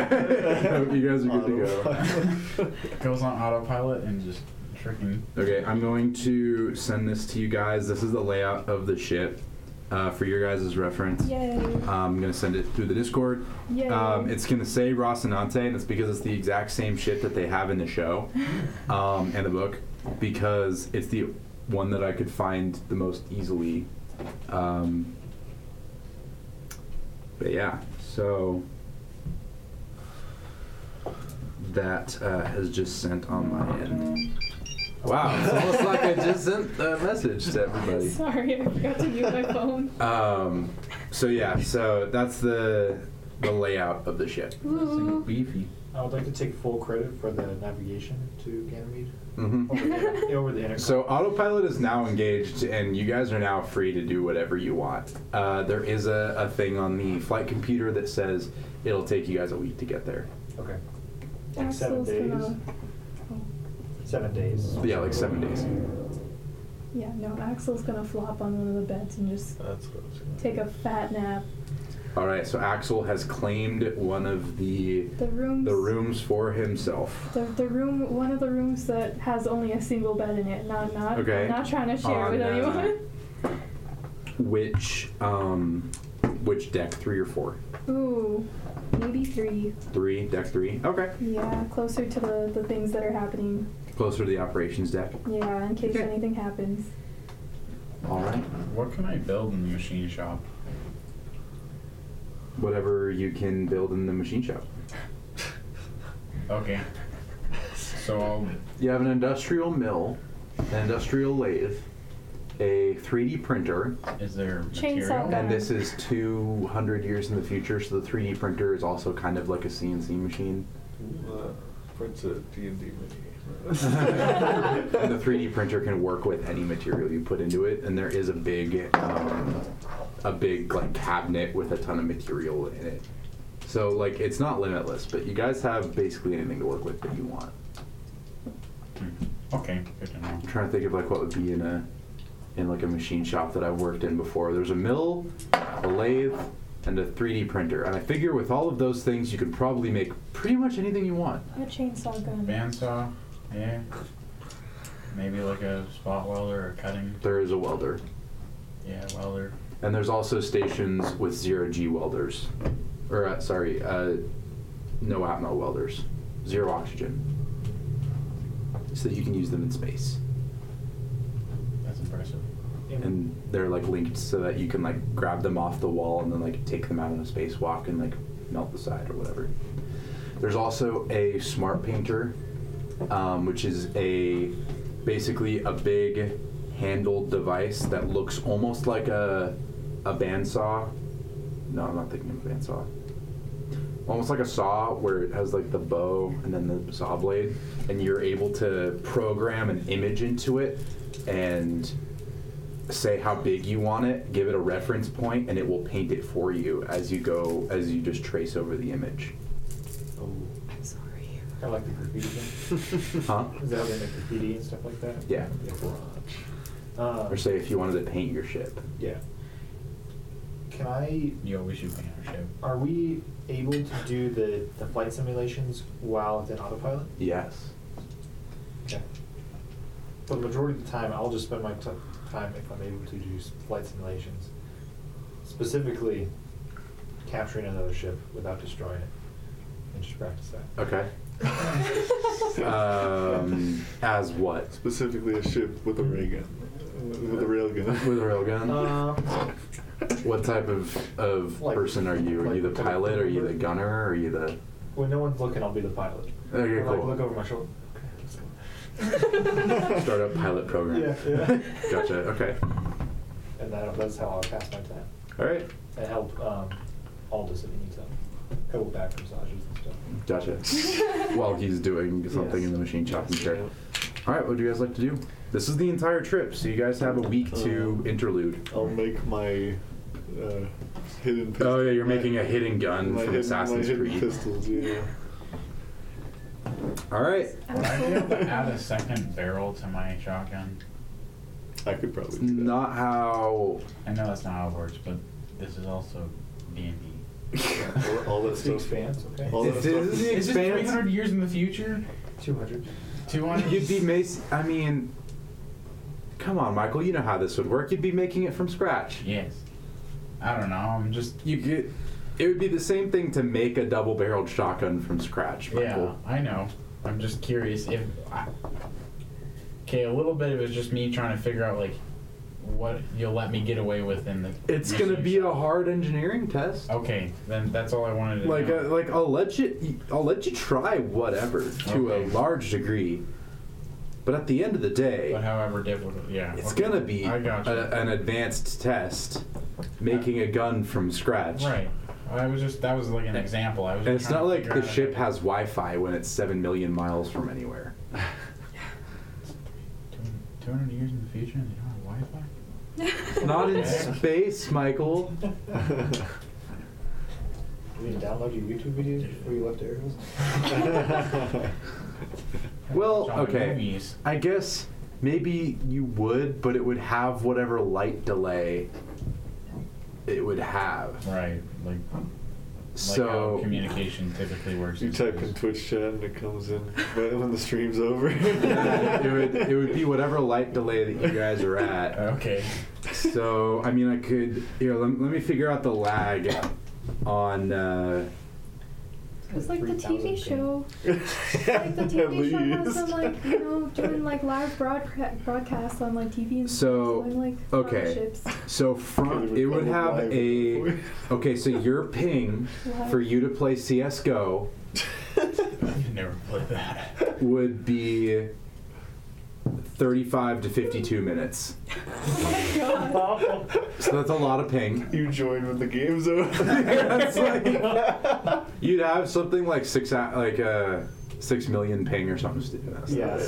S1: guys are good to go.
S3: go.
S5: goes on autopilot and just freaking.
S1: Okay, I'm going to send this to you guys. This is the layout of the ship uh, for your guys' reference.
S4: Yay.
S1: Um, I'm going to send it through the Discord.
S4: Yay.
S1: Um, it's going to say Rocinante, and it's because it's the exact same ship that they have in the show um, and the book, because it's the one that I could find the most easily. Um, but yeah, so that uh, has just sent on my end. Wow, it's almost like I just sent a message to everybody.
S4: Sorry, I forgot to mute my phone.
S1: Um, so yeah, so that's the the layout of the ship.
S4: Ooh.
S5: Beefy.
S2: I would like to take full credit for the navigation to Ganymede
S1: hmm
S2: over the, over the intercom.
S1: So autopilot is now engaged, and you guys are now free to do whatever you want. Uh, there is a, a thing on the flight computer that says it'll take you guys a week to get there.
S2: okay, like seven
S4: Axel's
S2: days.
S4: gonna. Oh,
S2: Seven days.
S1: But yeah, like seven days.
S4: yeah, no, Axel's gonna flop on one of the beds and just
S3: That's what I was gonna
S4: take a fat nap.
S1: All right. So Axel has claimed one of the
S4: The room's.
S1: the rooms for himself.
S4: The, the room, one of the rooms that has only a single bed in it. Not not
S1: Okay.
S4: not trying to share
S1: On,
S4: with
S1: uh,
S4: anyone.
S1: Which um, which deck? Three or four?
S4: Ooh, maybe three.
S1: Three. Deck three. Okay.
S4: Yeah, closer to the, the things that are happening.
S1: Closer to the operations deck.
S4: Yeah, in case
S1: Okay.
S4: anything happens.
S1: All right.
S5: What can I build in the machine shop?
S1: whatever you can build in the machine shop.
S5: Okay. So I'll
S1: You have an industrial mill, an industrial lathe, a 3D printer,
S5: Is there
S4: Chainsaw
S5: material?
S4: guy.
S1: and this is 200 years in the future, so the 3D printer is also kind of like a CNC machine.
S3: Uh, Prince of D&D
S1: and the
S3: mini.
S1: 3D printer can work with any material you put into it, and there is a big, um, a big like cabinet with a ton of material in it. So like it's not limitless, but you guys have basically anything to work with that you want.
S5: Okay, good to know.
S1: I'm trying to think of like what would be in a in like a machine shop that I worked in before. There's a mill, a lathe, and a 3D printer. And I figure with all of those things, you could probably make pretty much anything you want.
S4: A chainsaw gun.
S5: Bandsaw, yeah. Maybe like a spot welder or cutting,
S1: There is a welder,
S5: yeah, welder.
S1: and there's also stations with zero G welders, or uh, sorry, uh, no atmo welders, zero oxygen, so that you can use them in space.
S5: That's impressive.
S1: and they're like linked so that you can like grab them off the wall and then like take them out on a spacewalk and like melt the side or whatever. There's also a smart painter, um, which is a basically a big handled device that looks almost like a a bandsaw. No, I'm not thinking of a bandsaw. Almost like a saw where it has like the bow and then the saw blade, and you're able to program an image into it and say how big you want it, give it a reference point, and it will paint it for you as you go as you just trace over the image.
S4: I'm sorry.
S2: Kind of like the graffiti thing.
S1: Huh?
S2: Is that in the graffiti and stuff like that?
S1: Yeah.
S2: Yeah. Um,
S1: Or say if you wanted to paint your ship.
S2: yeah. Can I?
S5: You always shoot me our ship.
S2: Are we able to do the, the flight simulations while it's in autopilot?
S1: Yes.
S2: Yeah. For the majority of the time, I'll just spend my t- time if I'm able to do s- flight simulations, specifically capturing another ship without destroying it, and just practice that.
S1: Okay. Um, as what?
S3: Specifically, a ship with a ray gun, with a rail gun. Uh.
S1: With a railgun?
S2: Um,
S1: What type of, of
S2: Like-
S1: person are you? Are you the
S2: like-
S1: pilot? Are you the gunner? Are you the.
S2: when no one's looking, I'll be the pilot.
S1: Okay,
S2: I'll, like,
S1: Oh, cool.
S2: look over my shoulder.
S1: Startup pilot program.
S2: Yeah, yeah.
S1: gotcha. Okay.
S2: And that, that's how I'll pass my time.
S1: All right.
S2: And help um, Aldous if he needs help. Couple back massages and stuff.
S1: Gotcha. While he's doing something in the machine shop,
S2: Yes.
S1: sure. All right. What do you guys like to do? This is the entire trip, so you guys have a week to interlude.
S3: I'll make my uh, hidden. Pistol.
S1: Oh yeah, you're
S3: my-
S1: making a hidden gun
S3: my
S1: from
S3: hidden,
S1: Assassin's
S3: my hidden
S1: Creed.
S3: pistols. Yeah.
S1: All right.
S4: I'm
S5: Would I be
S4: so-
S5: able to add a second barrel to my shotgun?
S3: I could probably. Do that.
S1: Not how.
S5: I know that's not how it works, but this is also D and D.
S3: all, all that
S2: Six
S3: stuff.
S2: fans, okay.
S3: All
S1: If
S3: that
S1: this Oh, is
S3: stuff.
S1: the
S5: Is this 300
S1: expanse,
S5: years in the future?
S2: 200.
S5: 200?
S1: you'd be mace. I mean, come on, Michael. You know how this would work. You'd be making it from scratch.
S5: Yes. I don't know. I'm just.
S1: You could. It would be the same thing to make a double-barreled shotgun from scratch.
S5: Yeah,
S1: Michael.
S5: I know. I'm just curious if. I, okay, a little bit of it's just me trying to figure out like what you'll let me get away with in the.
S1: It's gonna
S5: mission
S1: be a
S5: itself.
S1: hard engineering test.
S5: Okay, then that's all I wanted to
S1: Like,
S5: know.
S1: uh, like I'll let you, I'll let you try whatever to
S5: Okay.
S1: a large degree, but at the end of the
S5: but
S1: day,
S5: however difficult, yeah.
S1: it's
S5: okay.
S1: gonna be
S5: I got
S1: a, an advanced test, making a gun from scratch.
S5: Right. I was just that was like an example. I was.
S1: And it's
S5: just trying
S1: not
S5: to
S1: like
S5: figure
S1: the
S5: out-
S1: ship has Wi-Fi when it's seven million miles from anywhere.
S5: 200 200 years in the future and they don't have Wi-Fi.
S1: Not in
S5: Yeah.
S1: space, Michael.
S2: You can download your YouTube videos before you left Aries.
S1: Well,
S5: Watch all the
S1: okay.
S5: movies.
S1: I guess maybe you would, but it would have whatever light delay it would have.
S5: Right. Like. um, Like
S1: so
S5: how communication typically works.
S3: You
S5: is-
S3: type in Twitch chat and it comes in right when the stream's over.
S1: it would it would be whatever light delay that you guys are at.
S5: Okay.
S1: So I mean, I could here. Let, let me figure out the lag on. Uh,
S4: It was like the
S2: 3,000
S4: TV
S2: ping.
S4: show. Like
S3: like
S4: the TV show has them like you know doing like live broadca- broadcasts on like TV and
S1: So,
S4: stuff, doing, like Oh
S1: okay.
S4: ships.
S1: so from it would have a okay. So your ping for you to play CS:GO
S5: You never play that.
S1: would be thirty-five to fifty-two minutes.
S4: Oh my god.
S1: So that's a lot of ping.
S3: You join when the game's over.
S1: That's like- you'd have something like six hou- like uh, six million ping or something. stupid. That's-
S2: Yes.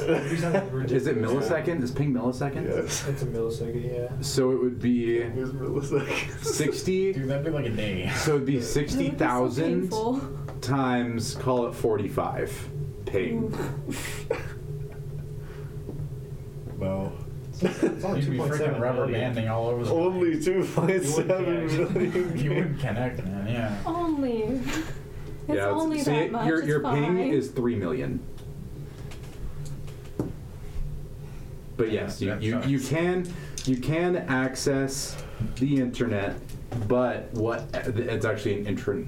S1: Is it millisecond? Is ping millisecond?
S3: yes.
S2: It's a millisecond, yeah.
S1: So it would be
S3: It was milliseconds.
S1: 60.
S5: Dude, that'd be like a day.
S1: So it'd be
S4: That would be so
S1: 60,000
S4: painful.
S1: times, call it 45 ping.
S3: Wow.
S2: It's only
S5: You'd be
S2: 2.7
S5: freaking rubber
S2: million.
S5: banding all over the
S3: Only
S5: place.
S3: 2.7 million.
S5: You wouldn't connect, man. Yeah.
S4: Only. It's
S1: it's-
S4: only
S1: see,
S4: that
S1: it-
S4: much.
S1: Your,
S4: it's
S1: your
S4: fine.
S1: ping is 3 million. But
S5: Yeah,
S1: yes, you,
S5: that
S1: you,
S5: sucks.
S1: you can you can access the internet, but what it's actually an intranet,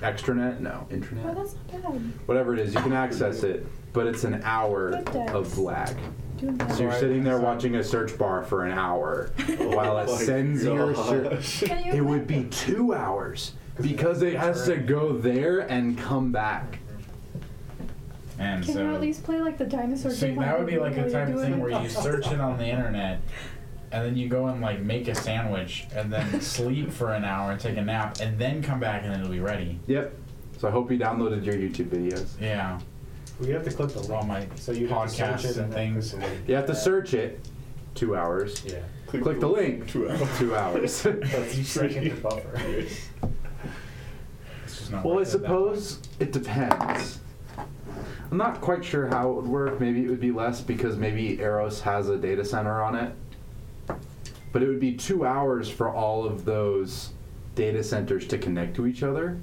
S1: extranet, no intranet.
S4: Oh, that's not bad.
S1: whatever it is, you can access it, but it's an hour
S4: Good times.
S1: of lag.
S4: Doing that.
S1: So you're sitting there watching a search bar for an hour while it
S3: Oh my
S1: sends your search.
S3: gosh.
S4: Can you
S1: It would be
S4: imagine?
S1: two hours because it has to go there and come back.
S5: And
S4: Can
S5: so.
S4: you at least play like the dinosaur
S5: See,
S4: game?
S5: that would be like the
S4: a
S5: type of thing where you search it on the internet, and then you go and like make a sandwich, and then sleep for an hour and take a nap, and then come back and it'll be ready.
S1: Yep. So I hope you downloaded your YouTube videos.
S5: Yeah,
S2: We have to click the
S5: all
S2: link.
S5: my
S2: So you have to search it
S5: podcasts and
S2: and then
S5: things.
S2: click the link.
S1: You have to search it, two hours.
S2: Yeah.
S1: Click the link,
S3: Two hours.
S1: two hours.
S2: That's
S3: Free.
S2: each second to buffer.
S5: It's just not
S1: well, I
S5: worth it at that
S1: suppose it depends. I'm not quite sure how it would work. Maybe it would be less because maybe Eros has a data center on it. But it would be two hours for all of those data centers to connect to each other.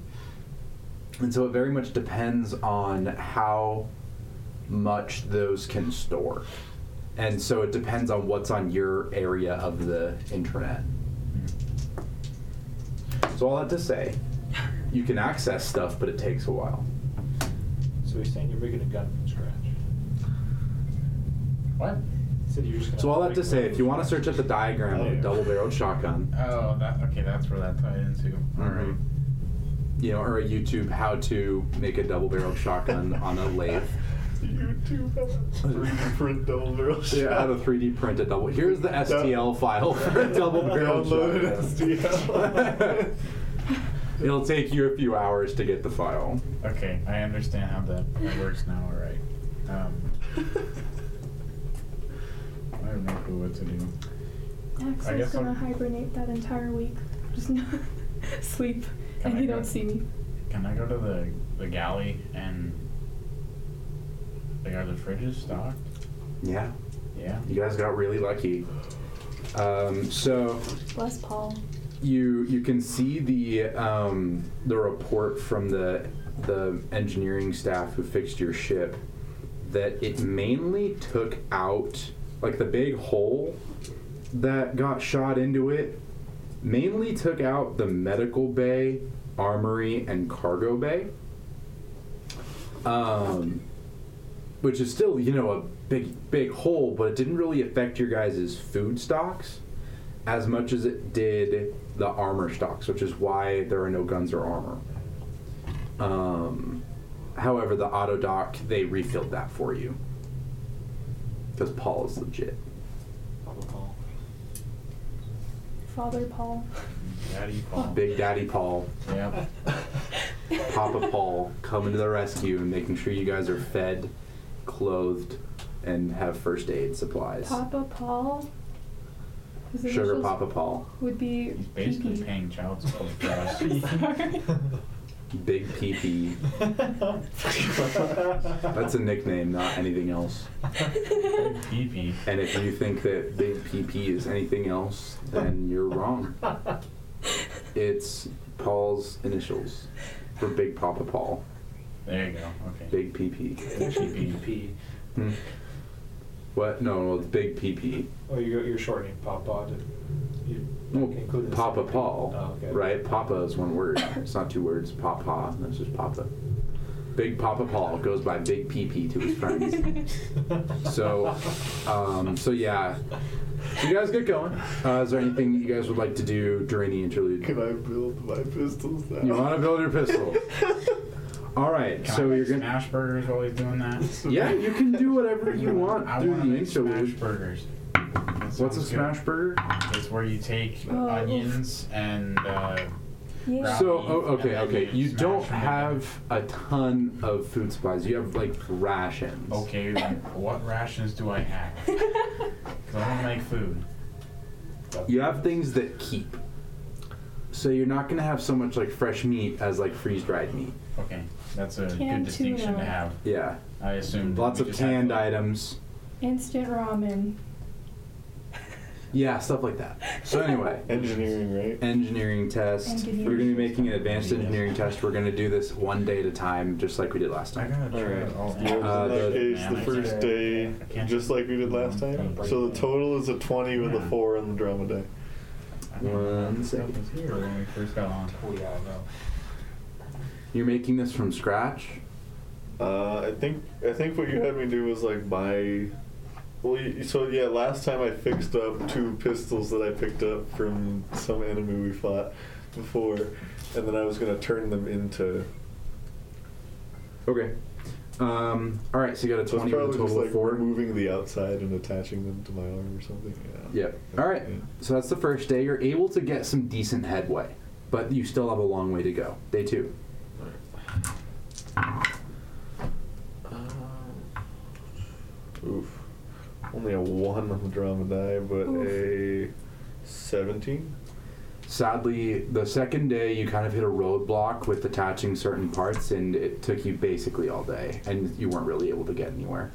S1: And so it very much depends on how much those can store. And so it depends on what's on your area of the internet. So all that to say, you can access stuff, but it takes a while.
S2: So you're saying you're making a gun from scratch?
S5: What?
S2: So you're just gonna
S1: So all that
S2: make
S1: to
S2: a
S1: say,
S2: gun
S1: if you
S2: from
S1: want to search up the diagram of a double-barreled shotgun,
S5: Oh, that okay. That's where that tied into.
S2: Mm-hmm.
S5: All right.
S1: you know, or a YouTube how to make a double-barreled shotgun on a lathe.
S3: YouTube has print double barrel
S1: Yeah, how to
S3: shot.
S1: 3D print a double. Here's the STL file for a double-barreled
S3: Downloaded
S1: shotgun.
S3: STL.
S1: It'll take you a few hours to get the file.
S5: Okay, I understand how that that works now. All right. Um, I have no clue what to do. I
S4: Axel's
S5: guess
S4: gonna
S5: I'm-
S4: hibernate that entire week. Just no sleep,
S5: Can
S4: and
S5: I
S4: you
S5: go-
S4: don't see me.
S5: Can I go to the the galley and like are the fridges stocked?
S1: Yeah,
S5: Yeah.
S1: you guys got really lucky. Um, so
S4: Bless Paul.
S1: you you can see the um, the report from the the engineering staff who fixed your ship that it mainly took out like the big hole that got shot into it mainly took out the medical bay, armory, and cargo bay. Um, which is still you know a big big hole, but it didn't really affect your guys' food stocks as much as it did the armor stocks, which is why there are no guns or armor. Um, however, the auto dock they refilled that for you because Paul is legit.
S2: Papa Paul.
S4: Father Paul.
S5: Daddy Paul.
S1: Big Daddy Paul,
S5: Yep.
S1: Papa Paul coming to the rescue and making sure you guys are fed, clothed, and have first aid supplies.
S4: Papa Paul. His
S1: Sugar
S4: initials
S1: Papa Paul,
S4: Would be.
S5: He's basically
S4: PP.
S5: paying child support for us.
S4: Sorry.
S1: Big PP. That's a nickname, not anything else.
S5: PP.
S1: And if you think that Big PP is anything else, then you're wrong. It's Paul's initials for Big Papa Paul,
S5: There you go. Okay.
S1: Big PP.
S5: PP.
S2: PP.
S1: Hmm. What? No, well, it's Big PP.
S2: Oh, you're, you're shortening Papa. to- You
S1: Well,
S2: included the
S1: Papa
S2: second-
S1: Paul,
S2: Oh, okay.
S1: right? Papa is one word. It's not two words. Papa, that's just Papa. Big Papa Paul goes by Big PP to his friends. so, um, so yeah. You guys get going. Uh, is there anything you guys would like to do during the interlude?
S3: Can I build my pistols now?
S1: You want to build your pistol? All right,
S5: Can
S1: so
S5: I
S1: you're
S5: make
S1: gonna.
S5: smash burgers while he's doing that?
S1: Yeah, you can do whatever you want
S5: I
S1: through
S5: wanna
S1: the
S5: make smash
S1: interlude.
S5: burgers. That
S1: What's a
S5: sounds good.
S1: smash burger?
S5: It's where you take
S4: Oh.
S5: onions and uh,
S4: Yeah.
S5: Brown
S1: So,
S5: beef,
S1: oh, okay,
S5: and then
S1: okay.
S5: you
S1: You
S5: smash
S1: don't
S5: them in.
S1: have a ton of food supplies. You have like rations.
S5: okay, then what rations do I have? 'Cause I want to make food.
S1: You have things that keep. So you're not gonna have so much like fresh meat as like freeze dried meat.
S5: Okay, that's a
S4: Canned
S5: good distinction
S4: tuna.
S5: to have.
S1: Yeah,
S5: I assume.
S1: lots of canned items.
S4: Instant ramen.
S1: Yeah, stuff like that. So anyway.
S3: Engineering, right?
S1: engineering test.
S4: Engineering.
S1: We're going to be making an advanced engineering test. We're going to do this one day at a time, just like we did last
S5: I
S1: time.
S5: gotta try
S3: Alright.
S5: it all
S3: Yeah,
S5: out.
S1: Uh,
S3: in that
S1: the-
S3: case,
S5: man,
S3: the
S5: I
S3: first
S5: can't-
S3: day,
S5: I can't-
S3: just like we did last time. So the total is a 20 with a 4 on the drama day.
S5: I didn't know
S1: One
S5: this stuff
S1: second.
S5: was here when we first got on.
S2: Oh, yeah, I know.
S1: You're making this from scratch.
S3: Uh, I think I think what you had me do was like buy. Well, you, so yeah, last time I fixed up two pistols that I picked up from some enemy we fought before, and then I was gonna turn them into.
S1: Okay. Um, all right, so you got a
S3: So
S1: 20 with
S3: it's
S1: a
S3: probably just
S1: total
S3: like
S1: of four.
S3: removing the outside and attaching them to my arm or something. Yeah.
S1: Yep. All right. So that's the first day. You're able to get some decent headway, but you still have a long way to go. Day two.
S3: Oof. Only a one on the drama die, but a seventeen.
S1: Sadly, the second day you kind of hit a roadblock with attaching certain parts, and it took you basically all day, and you weren't really able to get anywhere.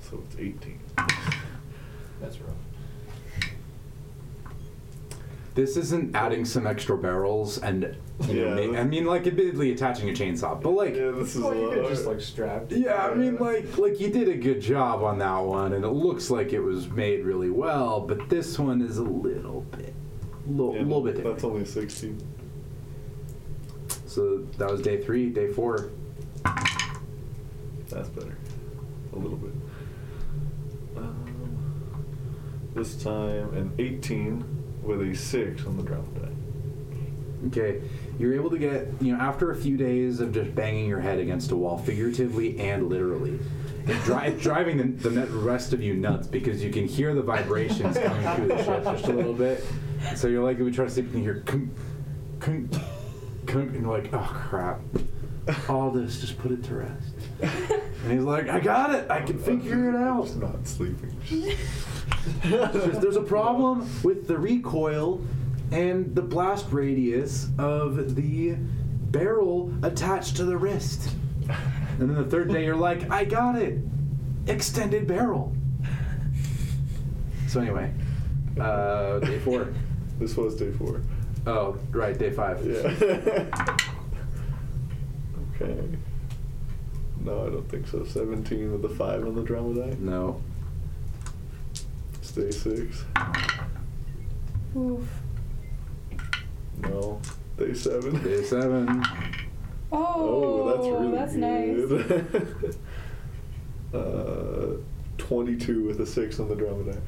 S3: So it's 18.
S2: That's rough.
S1: This isn't adding some extra barrels and you know,
S3: Yeah.
S1: ma- I mean, like admittedly attaching a chainsaw, but like
S3: yeah, this is
S2: Well,
S3: a
S2: you
S3: lot.
S2: could just like strapped.
S1: Yeah, I mean, like, like you did a good job on that one, and it looks like it was made really well. But this one is a little bit,
S3: yeah,
S1: little, little bit different.
S3: That's only 16.
S1: So that was day three, day four.
S3: That's better. A little bit. Um, this time an 18 with a 6 on the drop die.
S1: Okay, you're able to get, you know, after a few days of just banging your head against a wall, figuratively and literally, it dri- it's driving the, the rest of you nuts because you can hear the vibrations coming through the ship just a little bit. So you're like, we try to sleep, and you hear, "Kunk, kunk, kunk," and you're like, oh crap, all this, just put it to rest. And he's like, I got it, I can figure it
S3: I'm
S1: out.
S3: just not sleeping.
S1: There's, there's a problem with the recoil and the blast radius of the barrel attached to the wrist. And then the third day, you're like, I got it. Extended barrel. So, anyway, uh, day four.
S3: This was day 4.
S1: Oh, right, day five.
S3: Yeah. okay. No, I don't think so. 17 with a 5 on the drama die.
S1: No.
S3: It's day 6.
S4: Oof.
S3: No. Day 7.
S1: Day seven.
S4: Oh,
S3: Oh, that's really
S4: that's nice.
S3: good. uh, 22 with a 6 on the dromedary.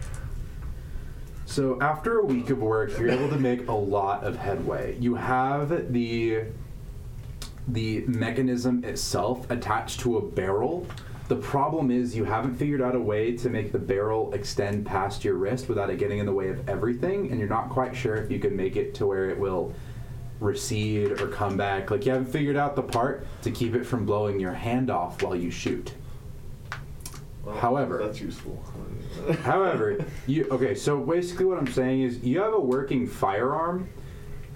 S1: So after a week of work, you're able to make a lot of headway. You have the the mechanism itself attached to a barrel. The problem is you haven't figured out a way to make the barrel extend past your wrist without it getting in the way of everything, and you're not quite sure if you can make it to where it will recede or come back. Like you haven't figured out the part to keep it from blowing your hand off while you shoot.
S3: Well,
S1: However-
S3: that's useful.
S1: However, you okay? So basically, what I'm saying is, you have a working firearm.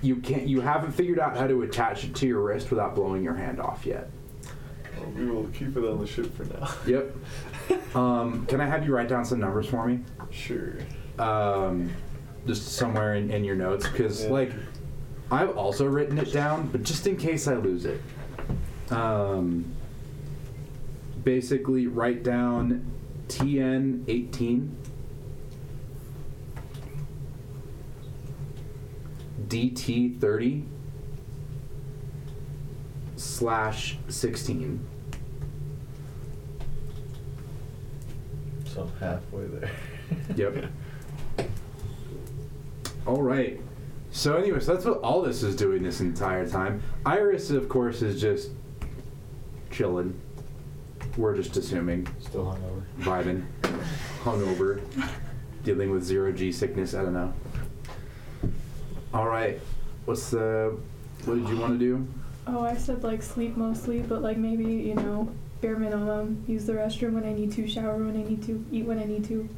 S1: You can't. You haven't figured out how to attach it to your wrist without blowing your hand off yet.
S3: Well, we will keep it on the ship for now.
S1: Yep. Um, can I have you write down some numbers for me?
S3: Sure.
S1: Um, just somewhere in, in your notes, because
S3: Yeah.
S1: like, I've also written it down, but just in case I lose it. Um, basically, write down TN eighteen. DT thirty slash sixteen.
S3: So I'm halfway there.
S1: Yep. all right. So, anyway, so that's what all this is doing this entire time. Iris, of course, is just chilling. We're just assuming,
S2: Still hungover.
S1: vibing, hungover, dealing with zero G sickness. I don't know. All right. What's the. What did you want to do?
S4: Oh, I said like sleep mostly, but like maybe, you know, bare minimum, use the restroom when I need to, shower when I need to, eat when I need to.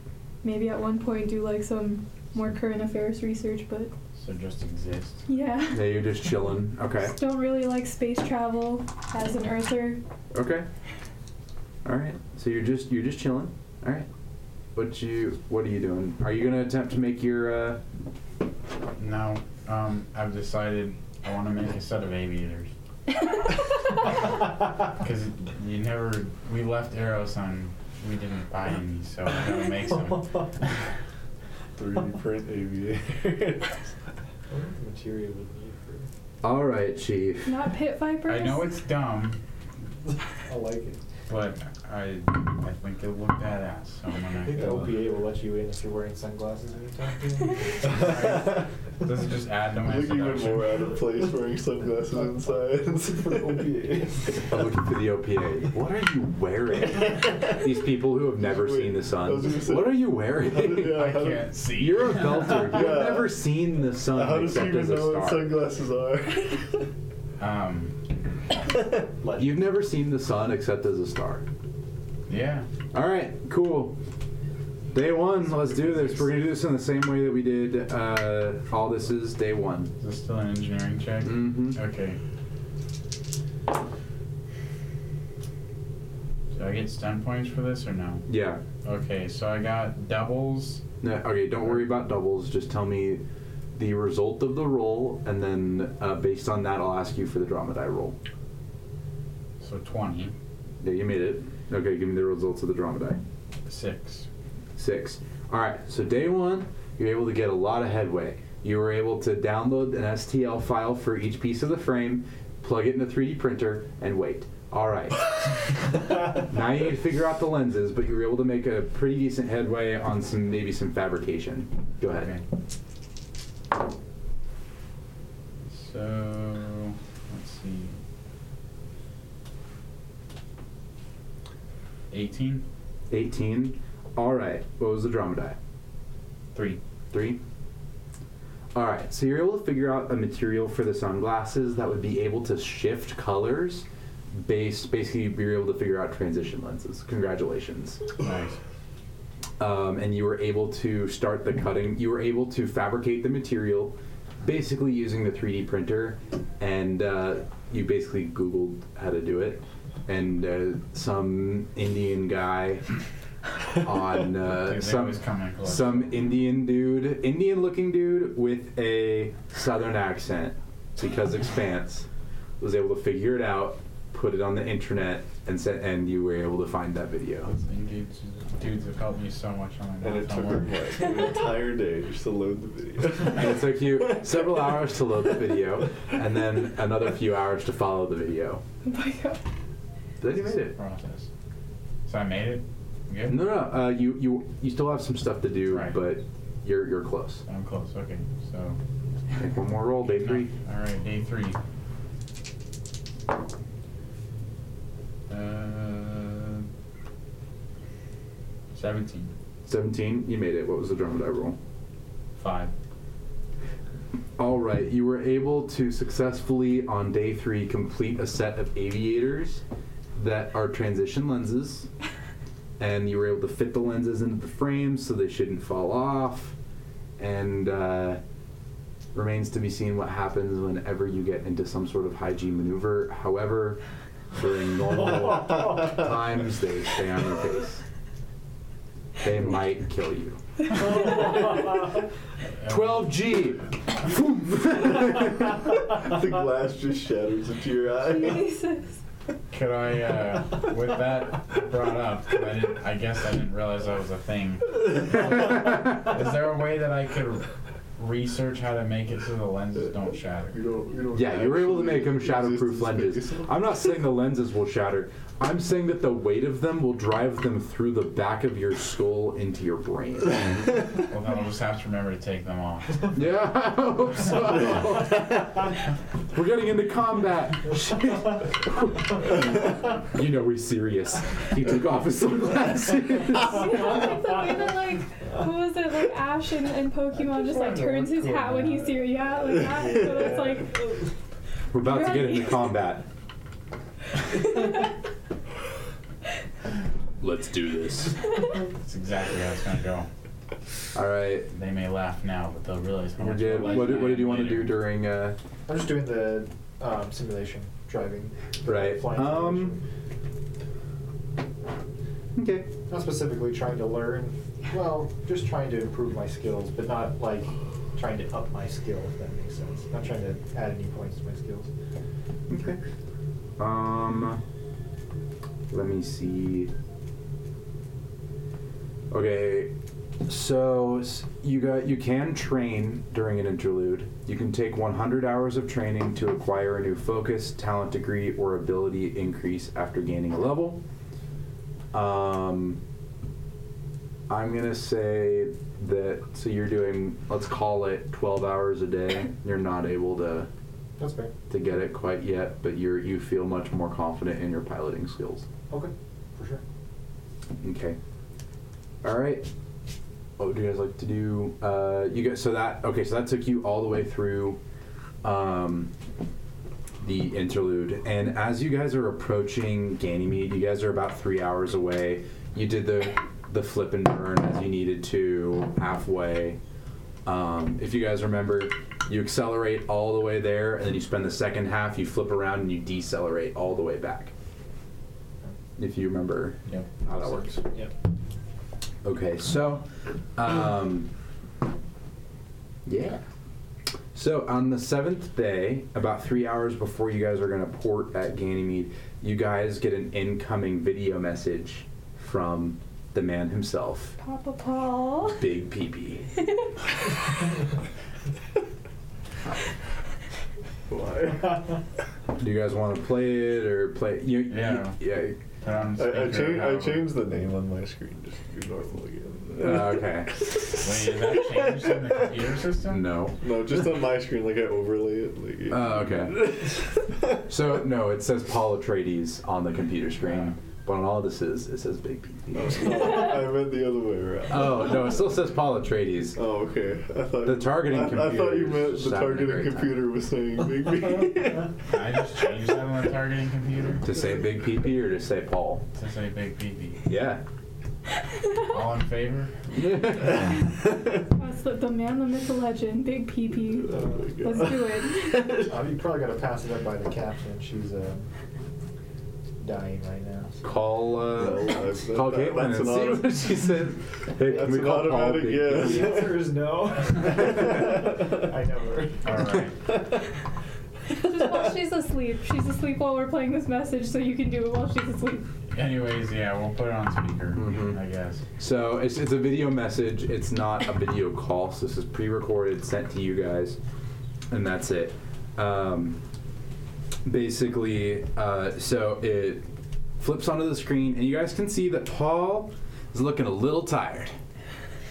S4: Maybe at one point do like some more current affairs research, but
S5: So just exist.
S4: yeah.
S1: Yeah, you're just chilling. Okay.
S4: Just don't really like space travel as an earther.
S1: Okay. All right. So you're just you're just chilling. All right. What you what are you doing? Are you gonna attempt to make your uh,
S5: No, um, I've decided I want to make a set of aviators. Because you never, we left arrows on, we didn't buy any, so I gotta make some.
S3: 3D print aviators.
S2: I wonder what material would need for.
S1: All right, Chief.
S4: Not pit vipers.
S5: I know it's dumb,
S2: I like it.
S5: but I, I think it'll look badass, so I'm
S2: I think
S5: gonna.
S2: the OPA will let you in if you're wearing sunglasses when you're talking.
S5: Does it just add to my
S3: Look even
S5: seduction?
S3: more out of place wearing sunglasses inside.
S2: For the OPA.
S1: I'm looking for the OPA. What are you wearing? These people who have never
S3: Wait,
S1: seen the
S3: I was gonna
S1: sun.
S3: say-
S1: What are you
S3: How did- yeah,
S1: wearing?
S5: I
S3: how did-
S5: can't see.
S1: You're a belter. You've
S3: Yeah.
S1: never seen the sun
S3: How does he
S1: except
S3: even
S1: as a
S3: know what
S1: star.
S3: sunglasses are?
S5: Um,
S2: Like-
S1: You've never seen the sun except as a star.
S5: yeah.
S1: All right, cool. Day one, let's do this. We're gonna do this in the same way that we did uh, all this is day one.
S5: Is this still an engineering check?
S1: Mm-hmm.
S5: Okay. Do I get stun points for this or no?
S1: Yeah.
S5: Okay, so I got doubles.
S1: No, okay, don't worry about doubles. Just tell me the result of the roll, and then uh, based on that, I'll ask you for the drama die roll.
S5: So 20.
S1: Yeah, you made it. Okay, give me the results of the drama die.
S5: 6.
S1: Six. All right. So day one, you're able to get a lot of headway. You were able to download an STL file for each piece of the frame, plug it in a 3D printer, and wait. All right. now you need to figure out the lenses, but you were able to make a pretty decent headway on some maybe some fabrication. Go ahead.
S5: Okay. So, let's see. 18?
S1: 18. All right. What was the drama die?
S5: 3.
S1: Three. All right, so you're able to figure out a material for the sunglasses that would be able to shift colors. Based, basically, you're able to figure out transition lenses. Congratulations.
S5: Nice.
S1: Um, and you were able to start the cutting. You were able to fabricate the material, basically using the 3D printer, and uh, you basically Googled how to do it. And uh, some Indian guy on uh,
S5: Dude, they
S1: some
S5: always come in clutch.
S1: some Indian dude, Indian looking dude with a southern accent because expanse was able to figure it out, put it on the internet, and sent, and you were able to find that video.
S5: Those dudes, dudes have helped me so much on my
S3: And it took her like an entire day just to load the video.
S1: And it took you several hours to load the video, and then another few hours to follow the video.
S4: Oh my god.
S1: Then you made it.
S5: Process. So I made it? I'm Good?
S1: No, no, uh, you you you still have some stuff to do,
S5: Right.
S1: but you're you're close.
S5: I'm close. Okay, so.
S1: Make one more roll, day three.
S5: Alright, day three. Uh, 17.
S1: 17, you made it. What was the drum die roll?
S5: 5.
S1: All right, you were able to successfully on day three complete a set of aviators that are transition lenses, and you were able to fit the lenses into the frames so they shouldn't fall off. And uh, remains to be seen what happens whenever you get into some sort of high G maneuver. However, during normal times, they stay on your face. They might kill you. 12G!
S3: the glass just shatters into your eye.
S4: Jesus.
S5: Could I, uh, with that brought up, 'cause I, didn't, I guess I didn't realize that was a thing. Is there a way that I could research how to make it so the lenses don't
S3: You
S5: shatter?
S3: don't, you don't
S1: Yeah, you were able to make them
S3: actually
S1: shatterproof
S3: exist
S1: lenses.
S3: in space.
S1: I'm not saying the lenses will shatter. I'm saying that the weight of them will drive them through the back of your skull into your brain.
S5: Well, then I'll just have to remember to take them off.
S1: yeah, I hope so. We're getting into combat. you know we're serious. He took off his sunglasses.
S4: You know, like the way that, like, what was it, like Ash in, in Pokemon just like turns his hat when he's here, yeah, like that. So it's
S1: We're about to get into combat.
S4: like.
S1: Let's do this.
S5: That's exactly how it's gonna go.
S1: All right.
S5: They may laugh now, but they'll realize how
S1: We're
S5: much
S1: good.
S5: more
S1: What,
S5: likely
S1: did- what
S5: I
S1: did you
S5: am
S1: want to do
S5: later.
S1: during? Uh,
S2: I'm just doing the um, simulation driving.
S1: Right.
S2: Flying
S1: Um,
S2: simulation.
S1: okay.
S2: Not specifically trying to learn. Well, just trying to improve my skills, but not like trying to up my skill, if that makes sense. Not trying to add any points to my skills.
S1: Okay. Um, let me see. Okay, so s- you got you can train during an interlude. You can take 100 hours of training to acquire a new focus, talent degree, or ability increase after gaining a level. Um, I'm gonna say that so you're doing let's call it 12 hours a day. You're not able to
S2: That's fair.
S1: to get it quite yet, but you're you feel much more confident in your piloting skills.
S2: Okay, for sure.
S1: Okay. All right. What would you guys like to do? Uh, you guys, so that okay, so that took you all the way through um, the interlude, and as you guys are approaching Ganymede, you guys are about three hours away. you did the the flip and burn as you needed to halfway. Um, if you guys remember, you accelerate all the way there, and then you spend the second half. You flip around and you decelerate all the way back. If you remember
S6: Yep.
S1: how that works.
S2: Yep.
S1: Okay, so, um, yeah. So on the seventh day, about three hours before you guys are going to port at Ganymede, you guys get an incoming video message from the man himself,
S4: Papa Paul.
S1: Big Peepee.
S3: Why?
S1: Do you guys want to play it or play? You, you-
S5: Yeah.
S1: yeah.
S5: Put on
S3: I, I,
S5: speaker,
S3: cha- I
S5: however.
S3: changed the name on my screen just to be normal again.
S1: Uh, okay.
S5: Wait, is that changed in the computer system?
S1: No.
S3: No, just on my screen, like I overlay it. Like, it-
S1: Oh, okay. So no, it says Paul Atreides on the computer screen,
S5: Yeah. Oh.
S1: but on all this is it says Big Peepee.
S3: No, I meant the other way around.
S1: Oh no, it still says Paul Atreides.
S3: Oh, okay. I thought
S1: The targeting
S3: I, I thought you
S1: computer
S3: meant
S1: is
S3: the
S1: just having a
S3: targeting
S1: great time.
S3: computer was saying Big B.
S5: I just changed that on the targeting computer
S1: To say Big Peepee or to say Paul?
S5: to say big PP.
S1: Yeah.
S5: All in favor?
S4: That's the, the man, the myth, the legend, Big PP.
S3: Oh my God.
S4: Let's do it.
S2: Uh, you probably got to pass it up by the captain. She's uh, dying right now. so-
S1: Call uh,
S3: No, that's-
S1: call
S3: that-
S1: Caitlin
S3: that's
S1: and
S3: an
S1: see
S3: auto-
S1: what she says. Hey, can
S3: That's
S1: we
S3: an
S1: call Paul
S3: automatic
S1: Big
S3: yes.
S1: Peepee?
S2: The answer is no. I know her.
S5: All right.
S4: Just while she's asleep. She's asleep while we're playing this message, so you can do it while she's asleep.
S5: Anyways, yeah, we'll put it on speaker,
S1: Mhm.
S5: I guess.
S1: So it's, it's a video message. It's not a video call. So this is pre-recorded, sent to you guys, and that's it. Um, basically, uh, so it flips onto the screen, and you guys can see that Paul is looking a little tired.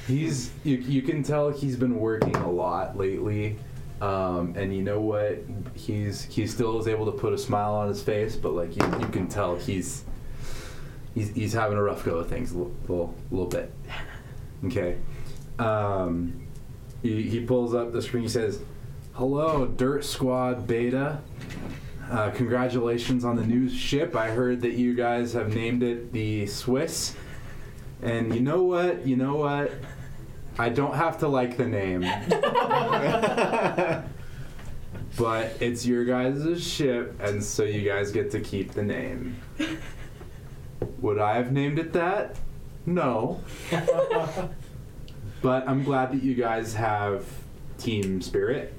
S1: He's you, you can tell he's been working a lot lately. Um, and you know what? He's he still is able to put a smile on his face, but like you, you can tell he's he's, he's having a rough go of things a little, little, little bit. Okay. Um, he, he pulls up the screen. He says, Hello, Dirt Squad Beta. Uh, congratulations on the new ship. I heard that you guys have named it the Swiss. And you know what? You know what? I don't have to like the name, but it's your guys' ship, and so you guys get to keep the name. Would I have named it that? No. But I'm glad that you guys have team spirit,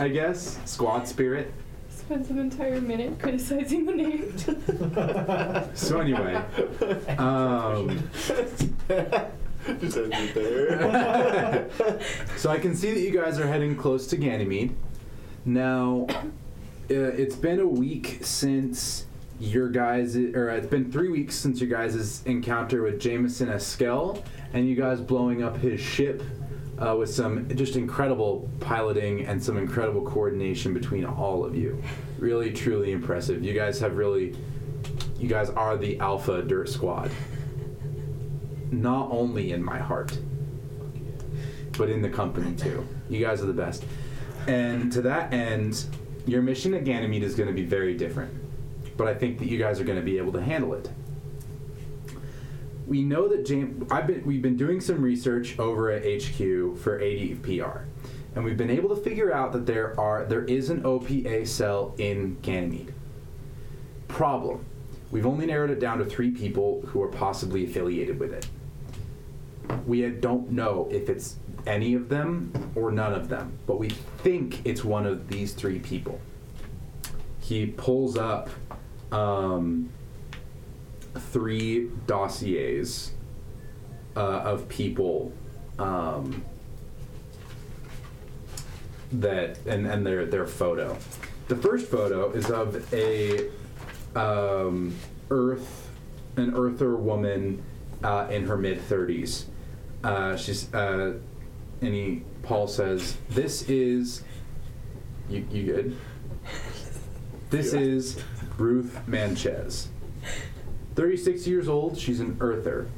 S1: I guess, squad spirit.
S4: Spends an entire minute criticizing the name.
S1: So, anyway, um,
S3: just end it there.
S1: so I can see that you guys are heading close to Ganymede. Now, uh, it's been a week since your guys, or it's been three weeks since your guys' encounter with Jameson Eskel and you guys blowing up his ship uh, with some just incredible piloting and some incredible coordination between all of you. Really, truly impressive. You guys have really, you guys are the alpha dirt squad. Not only in my heart but in the company too. You guys are the best. And to that end, your mission at Ganymede is going to be very different. But I think that you guys are going to be able to handle it. We know that James. I've been. We've been doing some research over at HQ for ADPR, and we've been able to figure out that there are there is an OPA cell in Ganymede. Problem. We've only narrowed it down to three people who are possibly affiliated with it we don't know if it's any of them or none of them, but we think it's one of these three people. He pulls up um, three dossiers uh, of people um, that and, and their their photo. The first photo is of a um, Earth an Earther woman uh, in her mid thirties. Uh, she's uh, and he Paul says this is you you good. This is Ruth Manchez. 36 years old, she's an earther.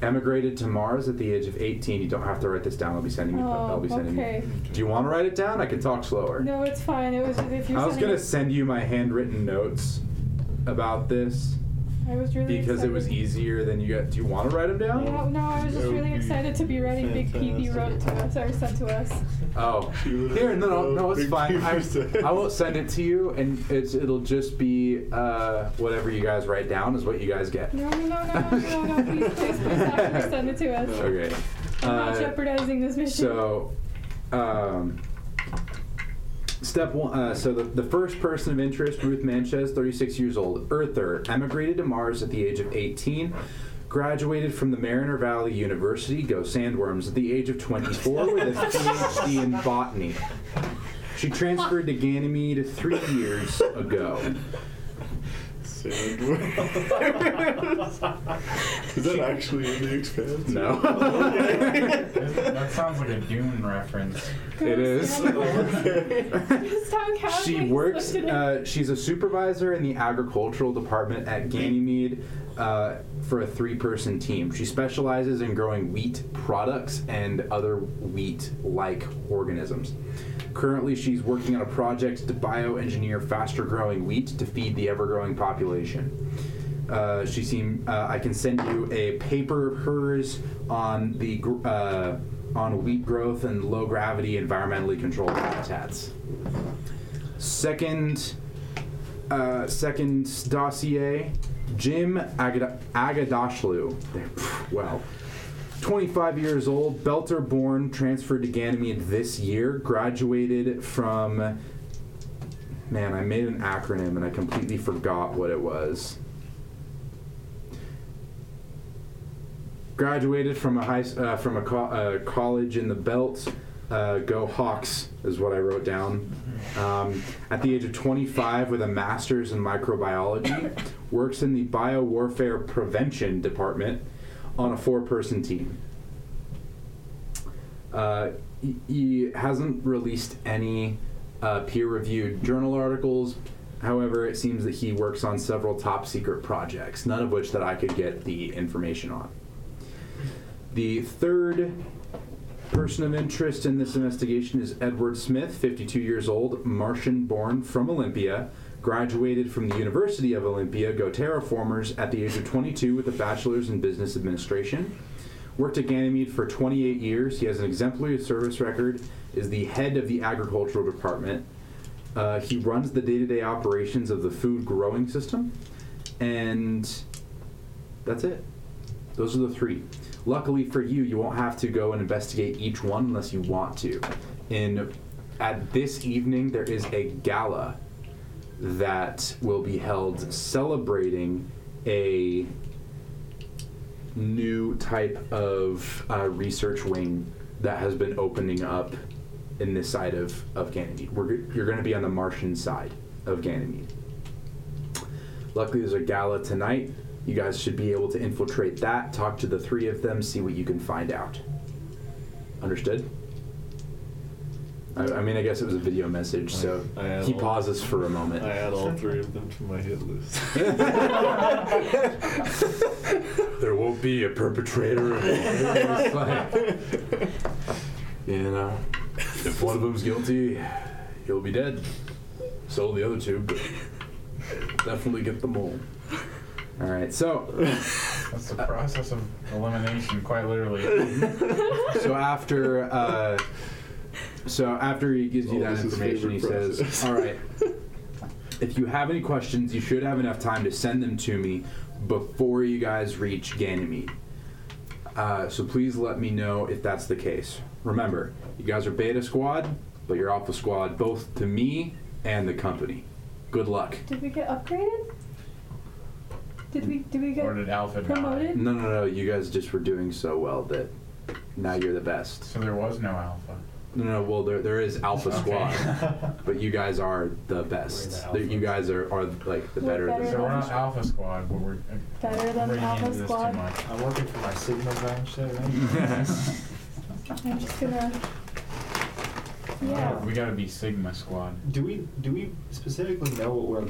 S1: Emigrated to Mars at the age of 18. You don't have to write this down. I'll be sending you. I'll
S4: Oh,
S1: be sending you-
S4: okay.
S1: do you want to write it down? I can talk slower.
S4: No, it's fine. It was just if you're
S1: I was
S4: sending-
S1: gonna send you my handwritten notes about this.
S4: I was really
S1: because it was
S4: excited.
S1: easier than you got. Do you want to write them down?
S4: Yeah, no, I was just
S3: That would
S4: really
S3: be
S4: excited to be writing Big Peepy
S3: fantastic.
S4: wrote it to us or sent to us.
S1: Oh,
S3: She literally
S1: here, no, no,
S3: wrote
S1: no, it's
S3: Big
S1: fine. I,
S3: Peter
S1: I will send it to you, and it's it'll just be uh, whatever you guys write down is what you guys get.
S4: No, no, no, no, no, no, please, please, please, after send it to us.
S1: Okay.
S4: I'm not
S1: Uh,
S4: jeopardizing this mission.
S1: so, um, step one. Uh, so the, the first person of interest, Ruth Manchez, 36 years old, Earther, emigrated to Mars at the age of 18. Graduated from the Mariner Valley University, go Sandworms, at the age of 24 with a PhD in botany. She transferred to Ganymede three years ago.
S3: Sandworms. Is that actually in the expanse?
S1: No.
S5: That sounds like a Dune reference.
S1: It is.
S4: This town has
S1: She
S4: things
S1: works.
S4: listed in-
S1: Uh, she's a supervisor in the agricultural department at Ganymede uh, for a three-person team. She specializes in growing wheat products and other wheat-like organisms. Currently, she's working on a project to bioengineer faster-growing wheat to feed the ever-growing population. Uh, she seem. Uh, I can send you a paper of hers on the gr- uh, on wheat growth and low gravity environmentally controlled habitats second uh, second dossier jim Agada- agadashlu well 25 years old belter born transferred to ganymede this year graduated from man i made an acronym and i completely forgot what it was graduated from a high s- uh, from a co- uh, college in the belt uh, go hawks is what i wrote down um, at the age of 25 with a master's in microbiology works in the biowarfare prevention department on a four-person team uh, he- he hasn't released any uh, peer-reviewed journal articles however it seems that he works on several top secret projects none of which that i could get the information on the third person of interest in this investigation is Edward Smith, 52 years old, Martian born from Olympia, graduated from the University of Olympia, Go Terraformers, at the age of 22 with a bachelor's in business administration. Worked at Ganymede for 28 years. He has an exemplary service record, is the head of the agricultural department. Uh, he runs the day to day operations of the food growing system. And that's it. Those are the three. Luckily for you, you won't have to go and investigate each one unless you want to. In at this evening, there is a gala that will be held celebrating a new type of uh, research wing that has been opening up in this side of, of Ganymede. We're, g- you're going to be on the Martian side of Ganymede. Luckily, there's a gala tonight. You guys should be able to infiltrate that, talk to the three of them, see what you can find out. Understood? I, I mean, I guess it was a video message, so
S3: I had
S1: he
S3: all-
S1: pauses for a moment.
S3: I add all three of them to my hit list.
S1: there won't be a perpetrator. It's like, you know, if one of them's guilty, he'll be dead. So will the other two, but definitely get them all. All right, so
S5: That's the process of elimination, quite literally.
S1: so after uh, so after he gives you
S3: Oh,
S1: that
S3: this is
S1: information, he
S3: favorite
S1: says,
S3: process.
S1: "All right, if you have any questions, you should have enough time to send them to me before you guys reach Ganymede. Uh, so please let me know if that's the case. Remember, you guys are Beta Squad, but you're Alpha Squad both to me and the company. Good luck.
S4: did we get upgraded? Did we? Did we get?
S5: or did Alpha die?
S4: Promoted?
S1: No, no, no. You guys just were doing so well that now you're the best.
S5: So there was no Alpha.
S1: No, no. Well, there, there is Alpha
S5: Okay.
S1: Squad, but you guys are the best.
S2: We're the
S1: you guys are, are like the
S4: We're
S1: better. of the
S4: better
S5: So we're not Alpha Squad, but we're uh,
S4: Better than
S5: reading
S4: Alpha
S5: into this
S4: Squad.
S5: too much.
S2: I'm working for my Sigma branch there.
S4: I'm just gonna. Yeah.
S5: We gotta be Sigma Squad.
S2: Do we do we specifically know what we're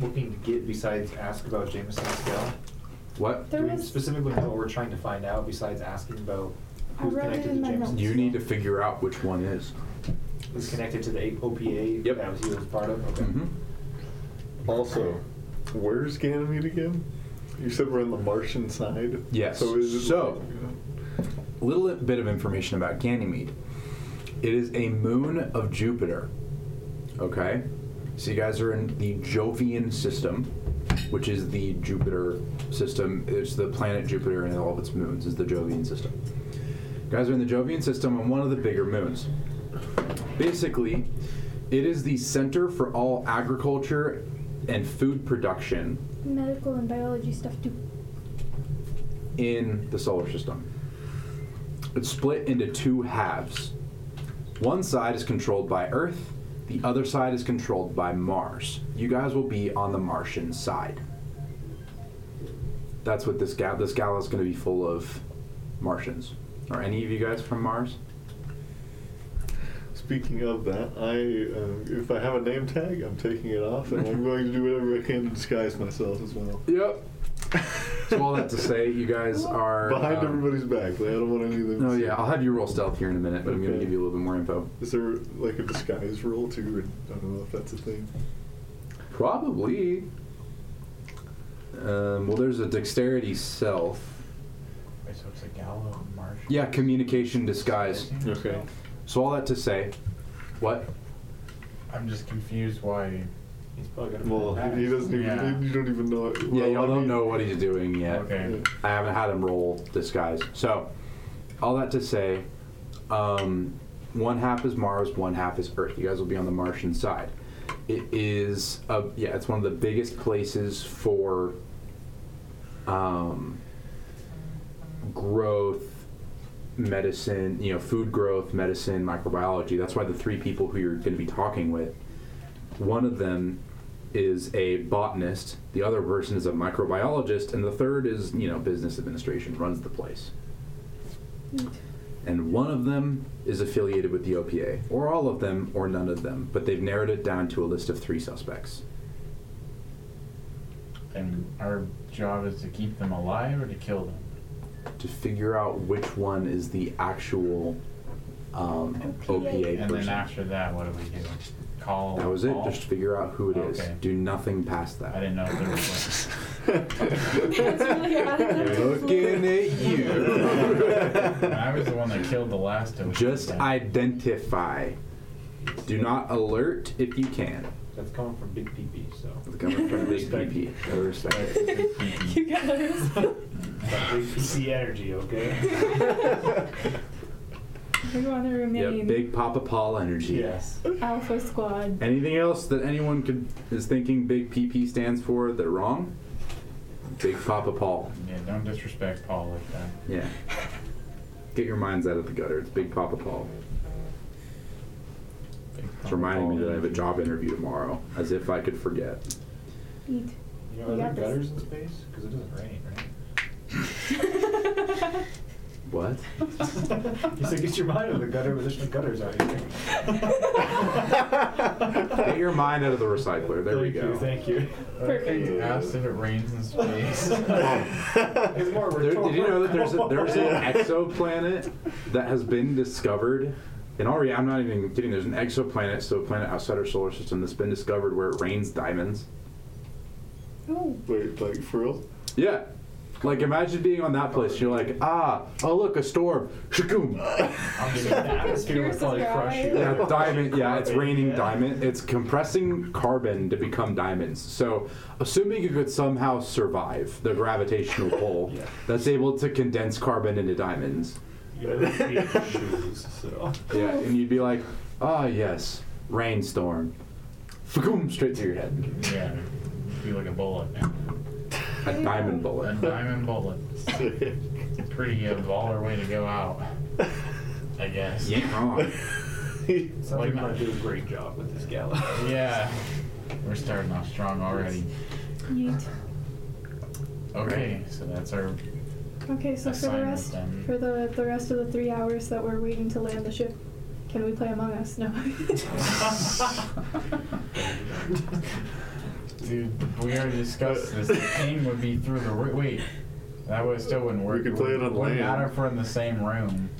S2: looking to get besides ask about Jameson's scale?
S1: What?
S4: There
S2: do we
S4: was-
S2: specifically know what we're trying to find out besides asking about
S4: I
S2: who's
S4: wrote it
S2: connected
S4: in
S2: to
S4: my
S2: Jameson's?
S4: notes.
S1: You need to figure out which one is.
S2: Who's connected to the A- OPA
S1: Yep.
S2: that was
S5: Mm-hmm.
S2: he was part of? Okay.
S1: Mm-hmm.
S3: Also, where's Ganymede again? You said we're on the Martian side.
S1: Yes.
S3: So is it
S1: So- A little bit of information about Ganymede. It is a moon of Jupiter. Okay? So you guys are in the Jovian system, which is the Jupiter system. It's the planet Jupiter and all of its moons is the Jovian system. You guys are in the Jovian system on one of the bigger moons. Basically, it is the center for all agriculture and food production
S4: Medical and biology stuff too.
S1: in the solar system. It's split into two halves. One side is controlled by Earth, the other side is controlled by Mars. You guys will be on the Martian side. That's what this gal this gala is going to be full of Martians. Are any of you guys from Mars?
S3: uh, Speaking of that, I uh, if I have a name tag, I'm taking it off, and I'm going to do whatever I can to disguise myself as well.
S1: Yep. so all that to say, you guys are
S3: Behind
S1: um,
S3: everybody's back. Like, I don't want any of them.
S1: No,
S3: to see.
S1: oh, yeah, I'll have you roll stealth here in a minute, but I'm going to
S3: Okay.
S1: give you a little bit more info.
S3: Is there like a disguise rule too? Or I don't know if that's a thing.
S1: Probably. Um, well, there's a dexterity self.
S5: Wait, so it's a Gallo Martian?
S1: Yeah, communication disguise.
S3: Okay.
S1: So all that to say, what?
S5: I'm just confused why.
S2: He's probably gonna.
S3: Well, he doesn't even.
S5: Yeah.
S3: You don't even know. It.
S1: yeah,
S3: well,
S1: y'all
S3: I
S1: don't
S3: mean-
S1: know what he's doing yet.
S5: Okay.
S1: I haven't had him roll disguise. So, all that to say, um, one half is Mars, one half is Earth. You guys will be on the Martian side. It is, a, yeah, it's one of the biggest places for um, growth, medicine, you know, food growth, medicine, microbiology. That's why the three people who you're going to be talking with, one of them is a botanist, the other person is a microbiologist, and the third is, you know, business administration, runs the place. And one of them is affiliated with the OPA, or all of them, or none of them, but they've narrowed it down to a list of three suspects.
S5: And our job is to keep them alive or to kill them?
S1: To figure out which one is the actual um, OPA
S5: And then
S1: person.
S5: after that, what do we do? Call.
S1: That was it,
S5: all?
S1: just figure out who it is.
S5: Okay.
S1: Do nothing past
S5: I
S1: that.
S5: didn't know if there was
S4: That's really out of control.
S1: Looking at you.
S5: one. I was the one that killed the last of them.
S1: Just identify. Do not alert if you can.
S2: That's coming from Big PP, so.
S1: The government from Big
S2: Respect.
S1: PP. I respect it.
S4: you got it.
S2: That Big PP energy, okay?
S4: We want to
S1: Yeah,
S4: remain
S1: big Papa Paul energy.
S2: Yes.
S4: Alpha Squad.
S1: Anything else that anyone could is thinking Big PP stands for that wrong? Big Papa Paul.
S5: Yeah, don't disrespect Paul like that.
S1: Yeah. Get your minds out of the gutter. It's Big Papa Paul.
S5: Big
S1: It's reminding
S5: Paul.
S1: me that I have a job interview tomorrow, as if I could forget.
S4: Eat.
S2: You know,
S4: We
S2: are there
S4: got this.
S2: gutters in space? Because it doesn't rain, right?
S1: What?
S2: He said, get your mind out of the gutter, but there's no gutters out here.
S1: Get your mind out of the recycler. There we
S2: thank
S1: go.
S2: You, thank you.
S4: Perfect.
S5: You asked if it rains in space.
S2: It's more
S1: There- did you know that there's a, there's an
S3: Yeah.
S1: exoplanet that has been discovered? And already, I'm not even kidding. There's an exoplanet, so a planet outside our solar system that's been discovered where it rains diamonds.
S4: Oh,
S3: Wait, like for real?
S1: Yeah. Like imagine being on that place. You're like, ah, oh look, a storm. Shakoom.
S2: I'm just the atmosphere would
S4: Pierces
S2: probably
S4: your
S2: crush you.
S1: Yeah, diamond. Yeah, it's raining
S2: Yeah.
S1: diamond. It's compressing carbon to become diamonds. So, assuming you could somehow survive the gravitational pull
S2: Yeah.
S1: that's able to condense carbon into diamonds.
S2: You would be in shoes, so.
S1: Yeah, and you'd be like, ah, yes, rainstorm. Fagoom, straight to your head.
S5: yeah. Be like a bullet.
S1: A diamond
S5: A
S1: bullet.
S5: diamond bullet. Pretty uh, baller way to go out. I guess.
S1: You ain't wrong.
S2: Sounds like
S5: Like
S2: I
S5: that.
S2: do a great job with this gala.
S5: Yeah. We're starting off strong already.
S4: yeet.
S5: Okay, so that's our.
S4: Okay, so for the
S5: Assignment
S4: rest,
S5: then.
S4: for the the rest of the three hours that we're waiting to land the ship, can we play Among Us? No.
S5: Dude, we already discussed this. The team would be through the roo- wait. That would still wouldn't work.
S3: could play it on
S5: Wouldn't
S3: land.
S5: matter if we're in the same room.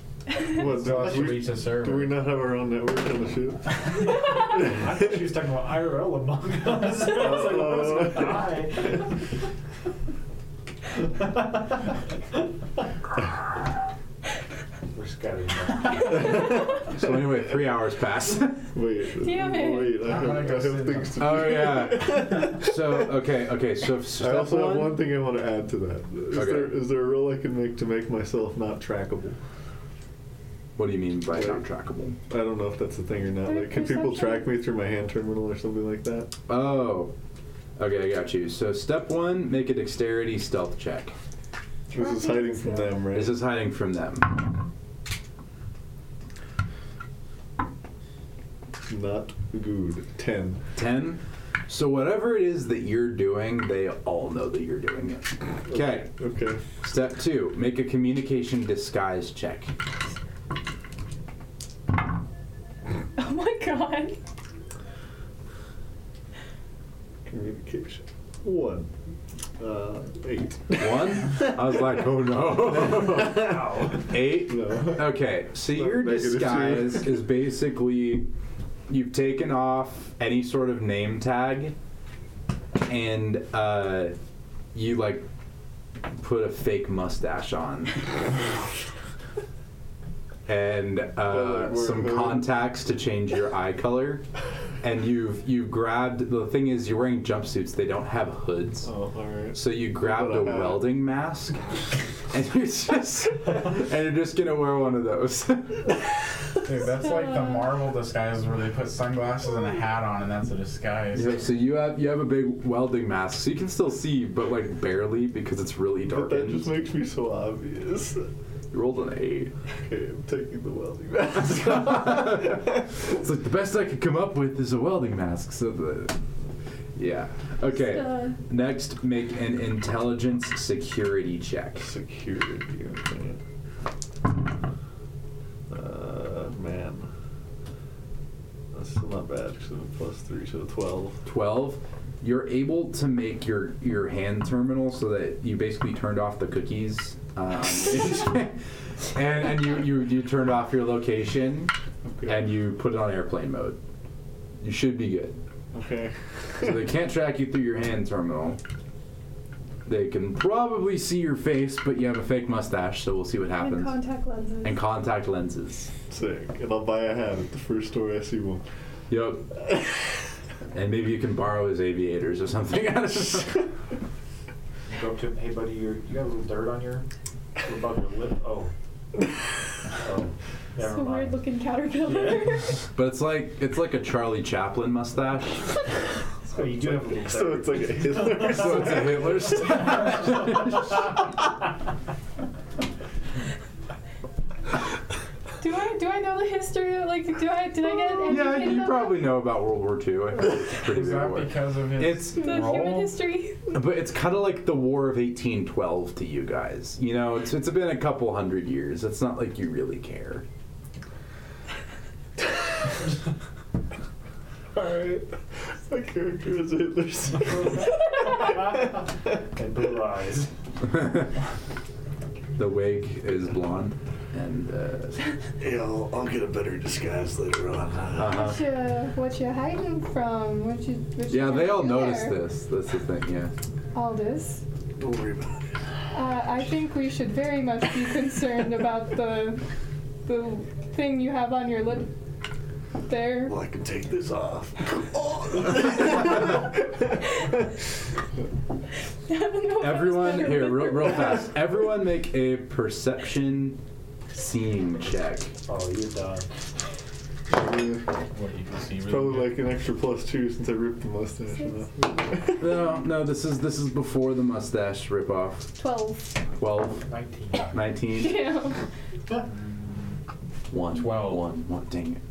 S3: What?
S5: Still have
S3: do,
S5: to
S3: we,
S5: reach a server.
S3: do we not have our own network on the ship?
S2: I thought she was talking about IRL among us. I was like, well, that's gonna die. We're scattered.
S1: So anyway, three hours pass.
S3: Wait.
S4: Damn it.
S3: Wait, I
S5: I'm
S3: have,
S5: gonna go
S3: I have
S5: sit
S3: things to do.
S1: Oh, yeah. So okay, okay. So, so
S3: I
S1: step
S3: also have
S1: one-
S3: one thing I want to add to that. Is,
S1: Okay.
S3: there, is there a rule I can make to make myself not trackable?
S1: What do you mean by not trackable?
S3: I don't know if that's a thing or not.
S4: Per-
S3: Like, can people
S4: perception?
S3: track me through my hand terminal or something like that?
S1: Oh, okay, I got you. So step one, make a dexterity stealth check.
S3: This is hiding from them, right?
S1: This is hiding from them.
S3: not good. Ten.
S1: Ten. So whatever it is that you're doing, they all know that you're doing it. Okay.
S3: Okay.
S1: Step two, make a communication disguise check.
S4: Oh my god.
S3: Communication. One. Uh, eight.
S1: One. I was like, oh no. Eight.
S3: No.
S1: Okay, so your
S3: Negative two.
S1: disguise is basically you've taken off any sort of name tag, and uh, you like put a fake mustache on, and
S3: Oh,
S1: uh,
S3: word,
S1: some
S3: word.
S1: contacts to change your eye color, and you've you've grabbed the thing is you're wearing jumpsuits. They don't have hoods.
S3: Oh, alright.
S1: So you grabbed
S3: What
S1: a
S3: a hat.
S1: welding mask, and you're just and you're just gonna wear one of those.
S5: Dude, that's like the Marvel disguises where they put sunglasses and a hat on, and that's a disguise.
S1: Yeah, so you have you have a big welding mask, so you can still see, but like barely because it's really
S3: But that just
S1: darkened.
S3: makes me so obvious.
S1: You rolled an eight.
S3: Okay, I'm taking the welding mask.
S1: it's like the best I could come up with is a welding mask. So the yeah. Okay.
S4: Uh,
S1: Next, make an intelligence security check.
S3: Security. okay. Uh, man. That's still not bad because I'm plus three, so 12.
S1: 12 you're able to make your your hand terminal so that you basically turned off the cookies um, and and you, you you turned off your location and you put it on airplane mode you should be good
S3: Okay.
S1: so they can't track you through your hand terminal they can probably see your face but you have a fake mustache so we'll see what
S4: and
S1: happens
S4: contact lenses.
S1: and contact lenses
S3: Sick. And I'll buy a hat at the first store I see one.
S1: yep and maybe you can borrow his aviators or something I don't know.
S2: Go up to him. Hey, buddy, you're, you got a little dirt on your above your lip. Oh, oh, never
S4: it's a
S2: mind.
S4: weird looking caterpillar.
S2: Yeah.
S1: But it's like it's like a Charlie Chaplin mustache.
S2: So Oh, you do have a little dirt.
S3: so it's like a Hitler.
S1: So it's a Hitler
S4: do I do I know the history? Of, like, do I did I get educated?
S1: Oh, yeah,
S4: on
S1: you
S4: that?
S1: probably know about World War II. I think it's pretty
S5: Is
S1: good
S5: that
S1: war.
S5: because of his
S1: It's
S4: the human
S5: role?
S4: history.
S1: but it's kind of like the War of 1812 to you guys. You know, it's it's been a couple hundred years. It's not like you really care.
S3: Alright. My character is Hitler.
S2: and blue eyes.
S1: the wig is blonde, and uh,
S3: Yeah, I'll, I'll get a better disguise later on.
S5: Uh,
S1: uh-huh.
S4: What you, what you hiding from? What you? What you
S1: yeah, they all
S4: doing
S1: notice
S4: there?
S1: this. That's the thing. Yeah.
S4: All this.
S3: Don't worry about it.
S4: Uh, I think we should very much be concerned about the the thing you have on your lip there.
S3: Well, I can take this off.
S4: I don't know if that's
S1: Everyone,
S4: better
S1: here,
S4: or
S1: real, real
S4: worse.
S1: fast. Everyone make a perception seeing check.
S2: Oh, you're done.
S5: What you can see really
S3: Probably
S5: good.
S3: like an extra plus two since I ripped the mustache off.
S1: No, no, this is this is before the mustache ripoff.
S4: Twelve.
S1: 12,
S2: 19.
S1: 19,
S4: Damn.
S1: 1.
S5: 12.
S1: 1, 1, dang it.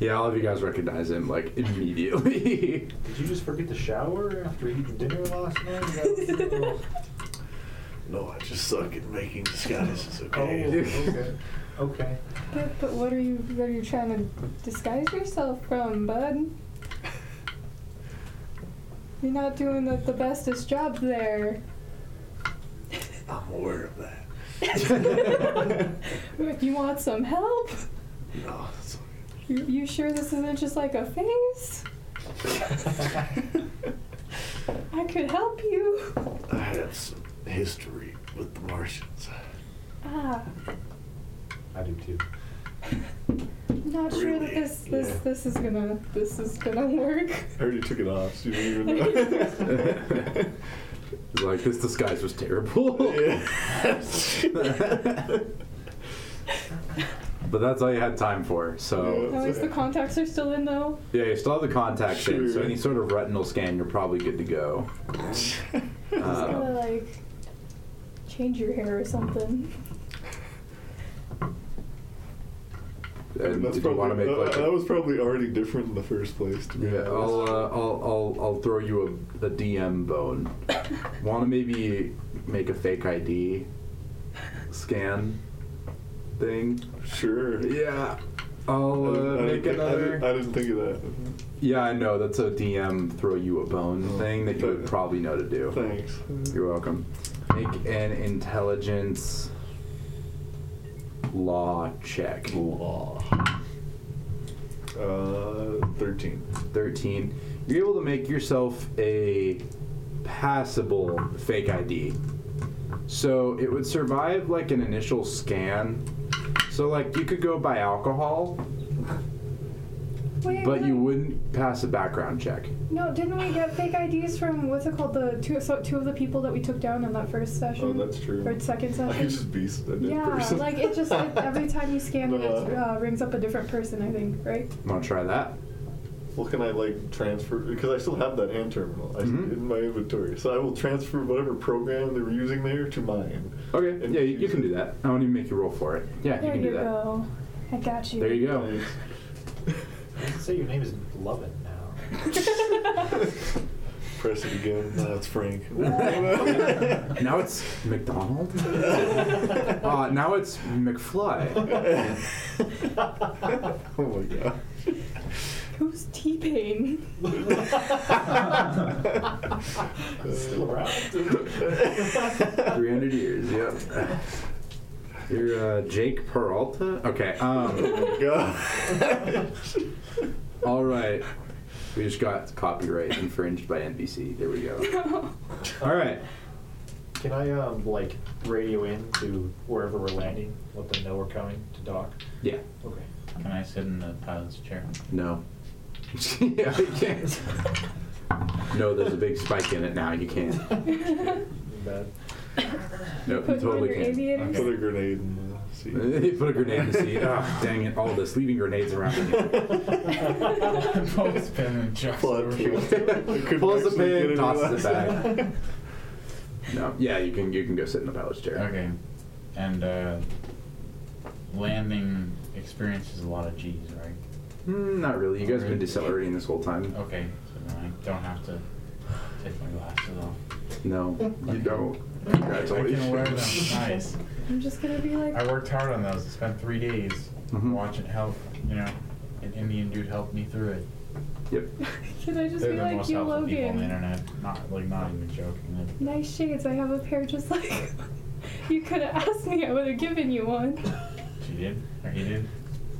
S1: Yeah, all of you guys recognize him, like, immediately.
S2: Did you just forget to shower after eating dinner last night? Is that- oh,
S3: No, I just suck at making disguises,
S2: okay. Oh, Okay.
S4: But, but what are you what are you trying to disguise yourself from, bud? You're not doing the, the bestest job there.
S3: I'm aware of that.
S4: You want some help?
S3: No, that's
S4: You, you sure this isn't just like a phase? I could help you.
S3: I have some history with the Martians.
S4: Ah,
S2: I do too.
S4: I'm not sure that
S3: Really?
S4: this this
S3: Yeah.
S4: this is gonna this is gonna work.
S3: I already took it off, so you didn't even know.
S1: He's like, this disguise was terrible.
S3: yeah.
S1: But that's all you had time for.
S3: Oh,
S1: So
S4: At least the contacts are still in though.
S1: yeah, you still have the contacts in. So
S3: Sure.
S1: any sort of retinal scan, you're probably good to go.
S4: Just
S1: Uh,
S4: gonna like change your hair or something.
S1: And
S3: That's
S1: did you want to
S3: probably- Uh,
S1: make like
S3: that,
S1: a-
S3: that was probably already different in the first place. To be
S1: Yeah, I'll, uh,
S3: honest.
S1: I'll, I'll, I'll throw you a, a DM bone. Want to maybe make a fake ID scan thing?
S3: sure.
S1: uh, Yeah.
S3: I
S1: I'll
S3: didn't-
S1: uh,
S3: I didn't
S1: make
S3: think- I didn't-
S1: another.
S3: I didn't think of that.
S1: Yeah, I know. That's a DM throw you a bone
S3: Oh,
S1: thing that you would
S3: but-
S1: probably know to do.
S3: Thanks.
S1: You're welcome. Make an intelligence law check.
S3: Law. Uh, 13.
S1: 13, you're able to make yourself a passable fake ID. So it would survive like an initial scan. So like you could go by alcohol,
S4: Wait,
S1: but you
S4: no.
S1: wouldn't pass a background check.
S4: No, didn't we get fake IDs from what's it called? The two so two of the people that we took down in that first session.
S3: Oh, that's true.
S4: Or second
S3: I was
S4: session.
S3: just beast. I did
S4: Yeah,
S3: person.
S4: like it just it, every time you scan it, it
S3: Uh,
S4: uh, rings up a different person. I think, right?
S1: Want to try that?
S3: well, can I like transfer? Because I still have that hand terminal I,
S1: Mhm.
S3: in my inventory, so I will transfer whatever program they were using there to mine.
S1: Okay.
S3: And
S1: yeah, you, you
S3: use
S1: can
S3: it.
S1: do that. I won't even make you roll for it. Yeah, you
S4: there
S1: can do
S4: you
S1: that.
S4: go. I got you.
S1: There you go.
S3: Thanks.
S2: You can say your name is Lovin now.
S3: Press it again. No, it's Frank.
S1: Now it's McDonald. uh, now it's McFly.
S3: oh my god.
S4: Who's T Pain?
S2: Still around.
S1: 300 years. Yep. You're uh, Jake Peralta. Okay. Um,
S3: god.
S1: all right. We just got copyright infringed by NBC. There we go. All right.
S2: Can I um like radio in to wherever we're landing, let them know we're coming to dock?
S1: Yeah.
S2: Okay.
S5: Can I sit in the pilot's chair?
S1: No. yeah, you can't. No, there's a big spike in it now. You can't.
S2: Bad.
S1: No, you
S4: Put you on
S1: totally
S4: your
S1: can't.
S4: aviators.
S3: Put a grenade in the seat.
S1: They put a grenade in the seat. Ah, dang it! All this leaving grenades around.
S5: Both been and just
S3: Blood
S1: Again.
S3: Couldn't
S1: Pulls the
S3: actually get
S1: pin,
S3: into
S1: tosses it
S3: that.
S1: back. No. Yeah, you can. You can go sit in the pilot's chair.
S5: Okay. And uh, landing experiences a lot of G's, right?
S1: Mm, not really. You guys have been
S5: Alright. Oh.
S1: decelerating this whole time.
S5: Okay. So then I don't have to take my glasses off.
S1: No, you don't.
S5: I can wear them.
S1: Congratulations.
S5: Nice.
S4: I'm just gonna be like,
S5: I worked hard on those. I spent three days
S1: Mhm.
S5: watching help. You know, an Indian dude helped me through it.
S1: Yep.
S4: can I just
S5: They're
S4: be
S5: the
S4: like,
S5: most
S4: yo,
S5: helpful people on the
S4: Logan?
S5: internet. Not like not even joking.
S4: Nice shades. I have a pair just like. you could have asked me. I would have given you one.
S5: She did or he did.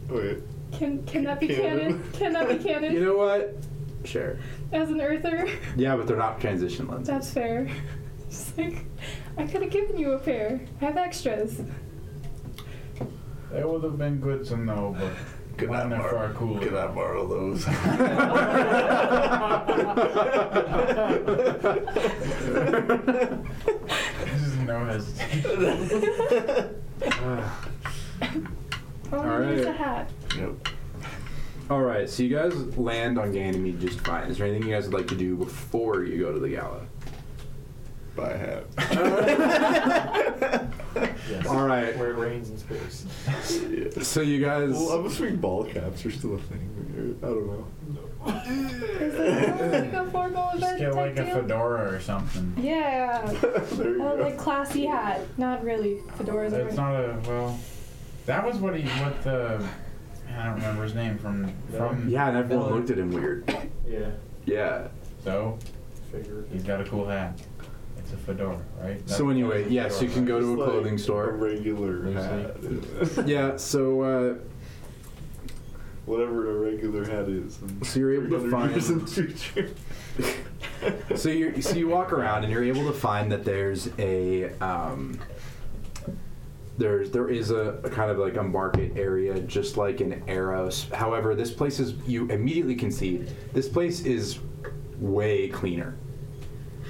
S3: Wait.
S4: Can can that be
S3: Canon.
S4: canon? Can that be canon?
S1: You know what? Sure.
S4: As an earther,
S1: Yeah, but they're not transition lenses.
S4: that's fair. Just like, I could have given you a pair. I have extras.
S5: That would have been good to know, but mine are far cooler.
S3: Could I borrow those?
S5: This is no hesitation.
S4: All
S1: All
S4: Oh, needs a
S1: right.
S4: hat.
S3: Nope.
S1: All right, so you guys land on Ganymede just fine. Is there anything you guys would like to do before you go to the gala?
S3: Buy a
S1: Uh,
S3: hat.
S2: Yes.
S1: All right.
S2: Where it rains in space.
S3: Yes.
S1: So you guys,
S3: Well, I'm assuming ball caps are still a thing. I don't know.
S4: Is that Oh, like a formal
S5: Just
S4: event
S5: get
S4: type
S5: like a
S4: deal?
S5: fedora or something.
S4: Yeah.
S3: there you
S4: Oh,
S3: go.
S4: like classy hat. Not really. Fedoras
S5: It's
S4: are.
S5: not a well. That was what he what the I don't remember his name from from.
S1: yeah, and everyone looked at him weird.
S2: Yeah.
S1: Yeah.
S5: So
S2: Figure.
S5: he's got a cool hat. It's a fedora, right?
S1: So anyway, yes, you can go to a
S3: It's like
S1: clothing
S3: A
S1: store.
S3: regular hat.
S1: Yeah. So uh,
S3: Whatever a regular hat is. in
S1: So you're able to
S3: 300 years
S1: find-
S3: in the future.
S1: So you so you walk around and you're able to find that there's a um, there's there is a, a kind of like a market area just like an Arrows. However, this place is you immediately can see this place is way cleaner.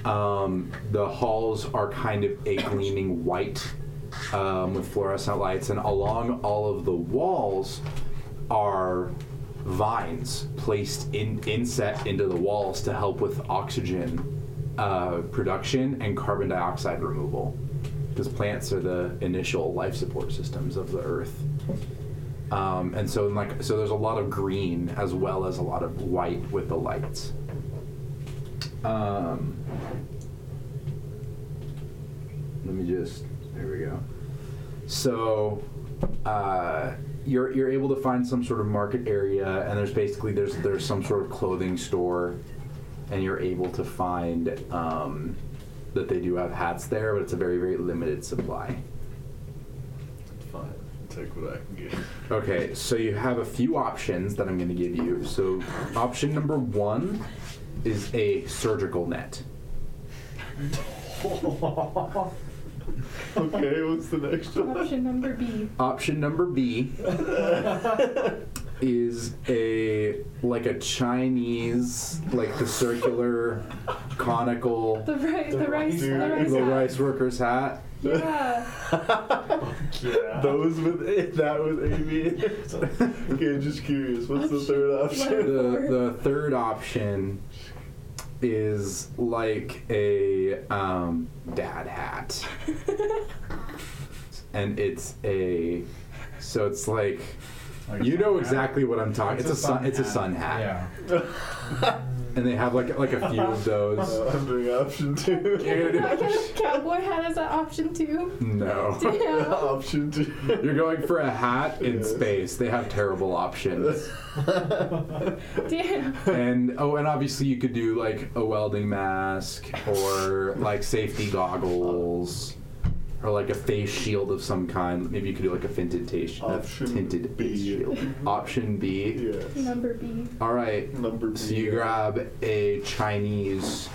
S1: Um, the halls are kind of a gleaming white um, with fluorescent lights, and along all of the walls are vines placed in inset into the walls to help with oxygen uh, production and carbon dioxide removal because plants are the initial life support systems of the earth um, and so like so there's a lot of green as well as a lot of white with the lights um, let me just there we go so uh, you're you're able to find some sort of market area, and there's basically there's there's some sort of clothing store, and you're able to find um, that they do have hats there, but it's a very very limited supply.
S3: Fine. Take what I can get.
S1: Okay, so you have a few options that I'm going to give you. So option number one is a surgical net.
S3: Okay, what's the next
S4: Option number B.
S1: Option number B is a like a Chinese like the circular conical
S4: The rice. The,
S2: The
S4: rice.
S3: dude,
S4: the rice.
S1: the
S4: hat.
S1: rice worker's hat.
S4: Yeah.
S2: Yeah.
S3: Those with that with aviators. okay, just curious. What's the third option?
S1: The the third option is like a um, dad hat, and it's a so it's like
S5: Like
S1: you
S5: sun
S1: know
S5: hat.
S1: exactly what I'm talking. It's, a sun. It's a sun hat,
S5: Yeah.
S1: and they have like like a few of those.
S3: Uh, I'm doing option
S1: You're
S4: I
S1: gonna do-
S3: two.
S4: got a cowboy hat as an option too.
S1: No.
S4: Damn.
S3: option two.
S1: You're going for a hat in
S3: Yes.
S1: space. They have terrible options.
S4: Damn.
S1: And oh, and obviously you could do like a welding mask or like safety goggles or like a face shield of some kind. Maybe you could do like a tinted face a
S3: Option
S1: tinted
S3: B. Mm-hmm.
S1: face shield. Option B.
S3: yes.
S4: Number B.
S1: All right.
S3: Number B.
S1: So you grab a Chinese.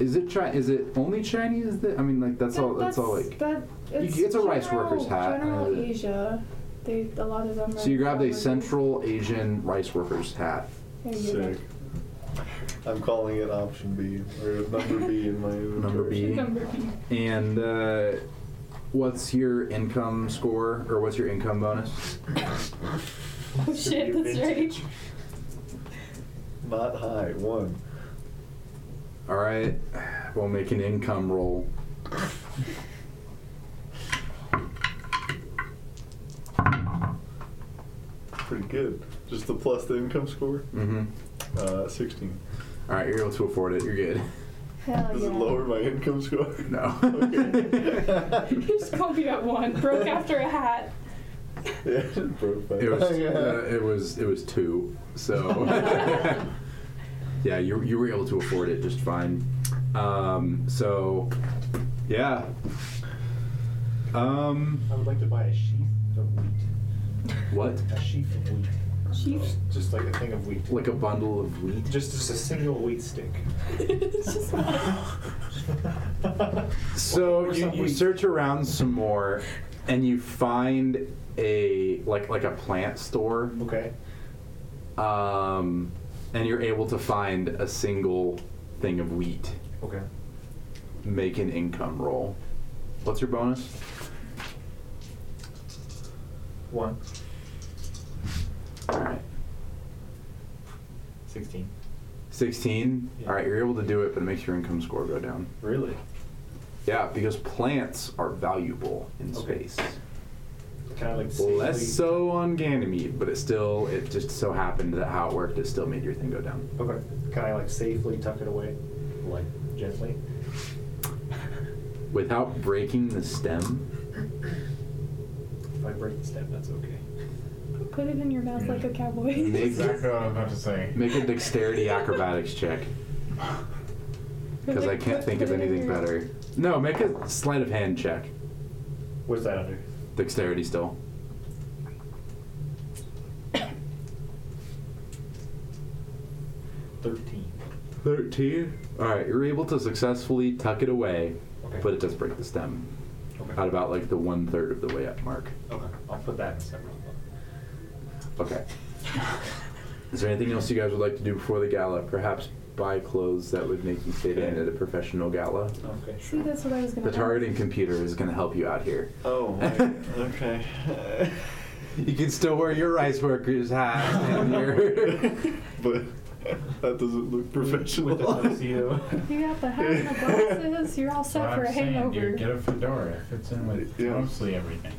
S1: Is it Chi? Is it only Chinese? That I mean, like that's all. That's, all. Like
S4: That, it's,
S1: it's a rice worker's hat.
S4: General
S1: Yeah.
S4: Asia. They, a lot of them are.
S1: so you grabbed a
S4: workers.
S1: Central Asian rice workers hat.
S4: There you go.
S3: Sick. I'm calling it option B or number B in my inventory.
S1: Number B.
S4: Number B.
S1: And uh, what's your income score or what's your income bonus?
S4: Oh shit, that's right.
S3: Not high. One.
S1: All right, we'll make an income roll.
S3: Pretty good. Just the plus the income score.
S1: Mm-hmm.
S3: Uh, 16.
S1: All right, you're able to afford it. You're good.
S4: Hell
S3: Does
S4: yeah.
S3: it lower my income score?
S1: No.
S3: Okay.
S4: You just called me at one. Broke after a hat.
S3: Yeah, just broke my
S1: It was
S3: Yeah.
S1: uh, it was it was two. So yeah, you you were able to afford it just fine. Um, so yeah. Um,
S2: I would like to buy a sheaf of wheat.
S1: what?
S2: A sheaf of wheat. Oh,
S4: Sheesh.
S2: Just like a thing of wheat.
S1: Like a bundle of wheat?
S2: Just, just a single wheat stick.
S4: it's just
S1: So
S2: Or
S1: you,
S2: some
S1: you
S2: wheat.
S1: search around some more, and you find a like like a plant store,
S2: Okay.
S1: um, and you're able to find a single thing of wheat.
S2: Okay.
S1: Make an income roll. What's your bonus?
S2: One.
S1: All right,
S2: 16.
S1: sixteen. All right, you're able to do it, but it makes your income score go down.
S2: Really?
S1: Yeah, because plants are valuable in
S2: Okay.
S1: space.
S2: Kind of like
S1: Less
S2: safely-
S1: so on Ganymede, but it still it just so happened that how it worked it still made your thing go down.
S2: Okay. Can I like safely tuck it away? Like gently?
S1: Without breaking the stem,
S2: If I break the stem, that's okay.
S4: Put it in your mouth like a cowboy.
S1: Make-
S5: Exactly what I was about to say.
S1: Make a dexterity acrobatics check because I can't think of
S4: Put it in
S1: anything
S4: your-
S1: better. No, make a sleight of hand check.
S2: What's that under?
S1: Dexterity still.
S2: Thirteen.
S1: Thirteen. All right, you're able to successfully tuck it away,
S2: Okay.
S1: but it does break the stem
S2: okay.
S1: at about like the one third of the way up mark.
S2: okay. I'll put that in a separate one.
S1: Okay. Is there anything else you guys would like to do before the gala? Perhaps buy clothes that would make you fit in at a professional gala.
S2: Okay. Sure.
S4: See, that's what I was gonna.
S1: The targeting computer is going to help you out here.
S3: Oh, right. okay.
S1: You can still wear your rice workers hat and your
S3: but that doesn't look professional.
S2: With the tuxedo.
S4: ask. You got the hat and the glasses. You're all set
S5: That's
S4: for
S5: what
S4: a
S5: I'm saying,
S4: hangover.
S5: dude, get a fedora. It fits in with
S3: Yeah.
S5: mostly everything.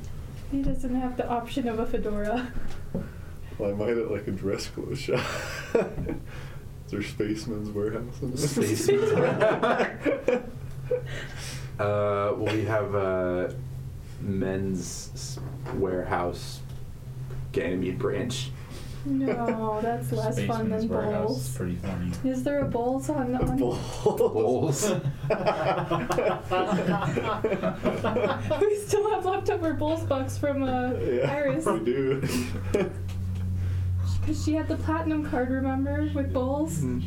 S4: he doesn't have the option of a fedora.
S3: well, I might at like a dress clothes shop. There's spaceman's warehouse. in this.
S1: Spaceman's Uh, well, we have a men's s- warehouse Ganymede branch.
S4: No, that's less fun
S5: Spaceman's
S4: than
S5: Warehouse is
S4: bowls.
S5: Pretty funny.
S4: Is there a bowls on? on
S1: Bowls.
S4: we still have leftover bowls bucks from uh,
S3: yeah,
S4: Iris
S3: We do.
S4: because she had the platinum card. Remember with bowls.
S1: Mm.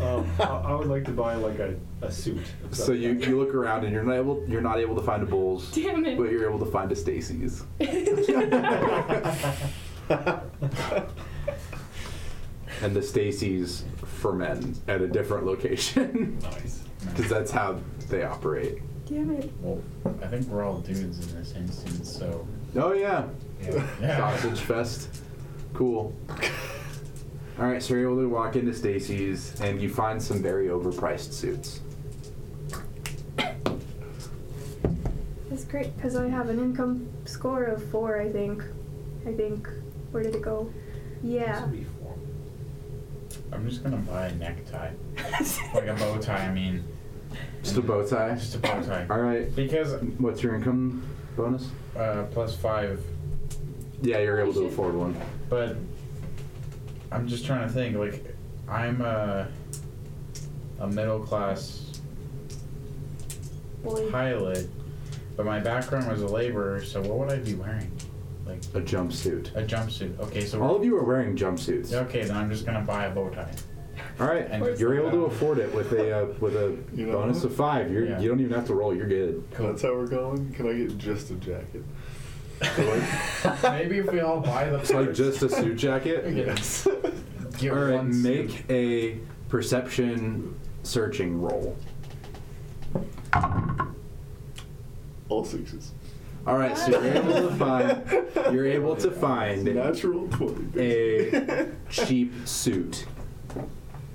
S2: Um, I, I would like to buy like a, a suit. of
S1: So
S2: some
S1: you,
S2: kind.
S1: you look around and you're not able you're not able to find a Bulls,
S4: Damn
S1: but you're able to find a Stacy's.
S4: it.
S1: and the Stacy's for men at a different location
S5: Nice.
S1: because that's how they operate.
S4: Damn it.
S5: Well, I think we're all dudes in this instance, so.
S1: Oh yeah,
S5: Yeah.
S1: sausage fest. Cool. All right, so you're able to walk into Stacy's and you find some very overpriced suits.
S4: That's great because I have an income score of four, I think. I think. Where did it go?
S2: This
S4: Yeah.
S2: would be formal.
S5: I'm just gonna buy a necktie. Like a bow tie, I mean.
S1: Just a bow tie.
S5: Just a bow tie.
S1: All right.
S5: Because
S1: What's your income bonus?
S5: uh, plus five,
S1: Yeah, you're able to afford one.
S5: but I'm just trying to think. Like, I'm a a middle class
S4: Boy.
S5: pilot, but my background was a laborer. So what would I be wearing? Like
S1: A jumpsuit.
S5: a jumpsuit. Okay, so
S1: All of you are wearing jumpsuits.
S5: okay. Then I'm just gonna buy a bow tie.
S1: All right,
S5: And-
S1: you're able to afford it with a uh, with a
S3: You know
S1: bonus
S3: what?
S1: of five. You're,
S5: Yeah.
S1: You don't even have to roll. You're good.
S3: That's how we're going. Can I get just a jacket?
S5: Maybe if we all buy the
S1: It's like just a suit jacket.
S3: yes.
S5: get
S1: All right,
S5: one suit.
S1: make a perception searching roll.
S3: All sixes.
S1: All right, so you're able to find you're able to find
S3: Natural twenty.
S1: a cheap suit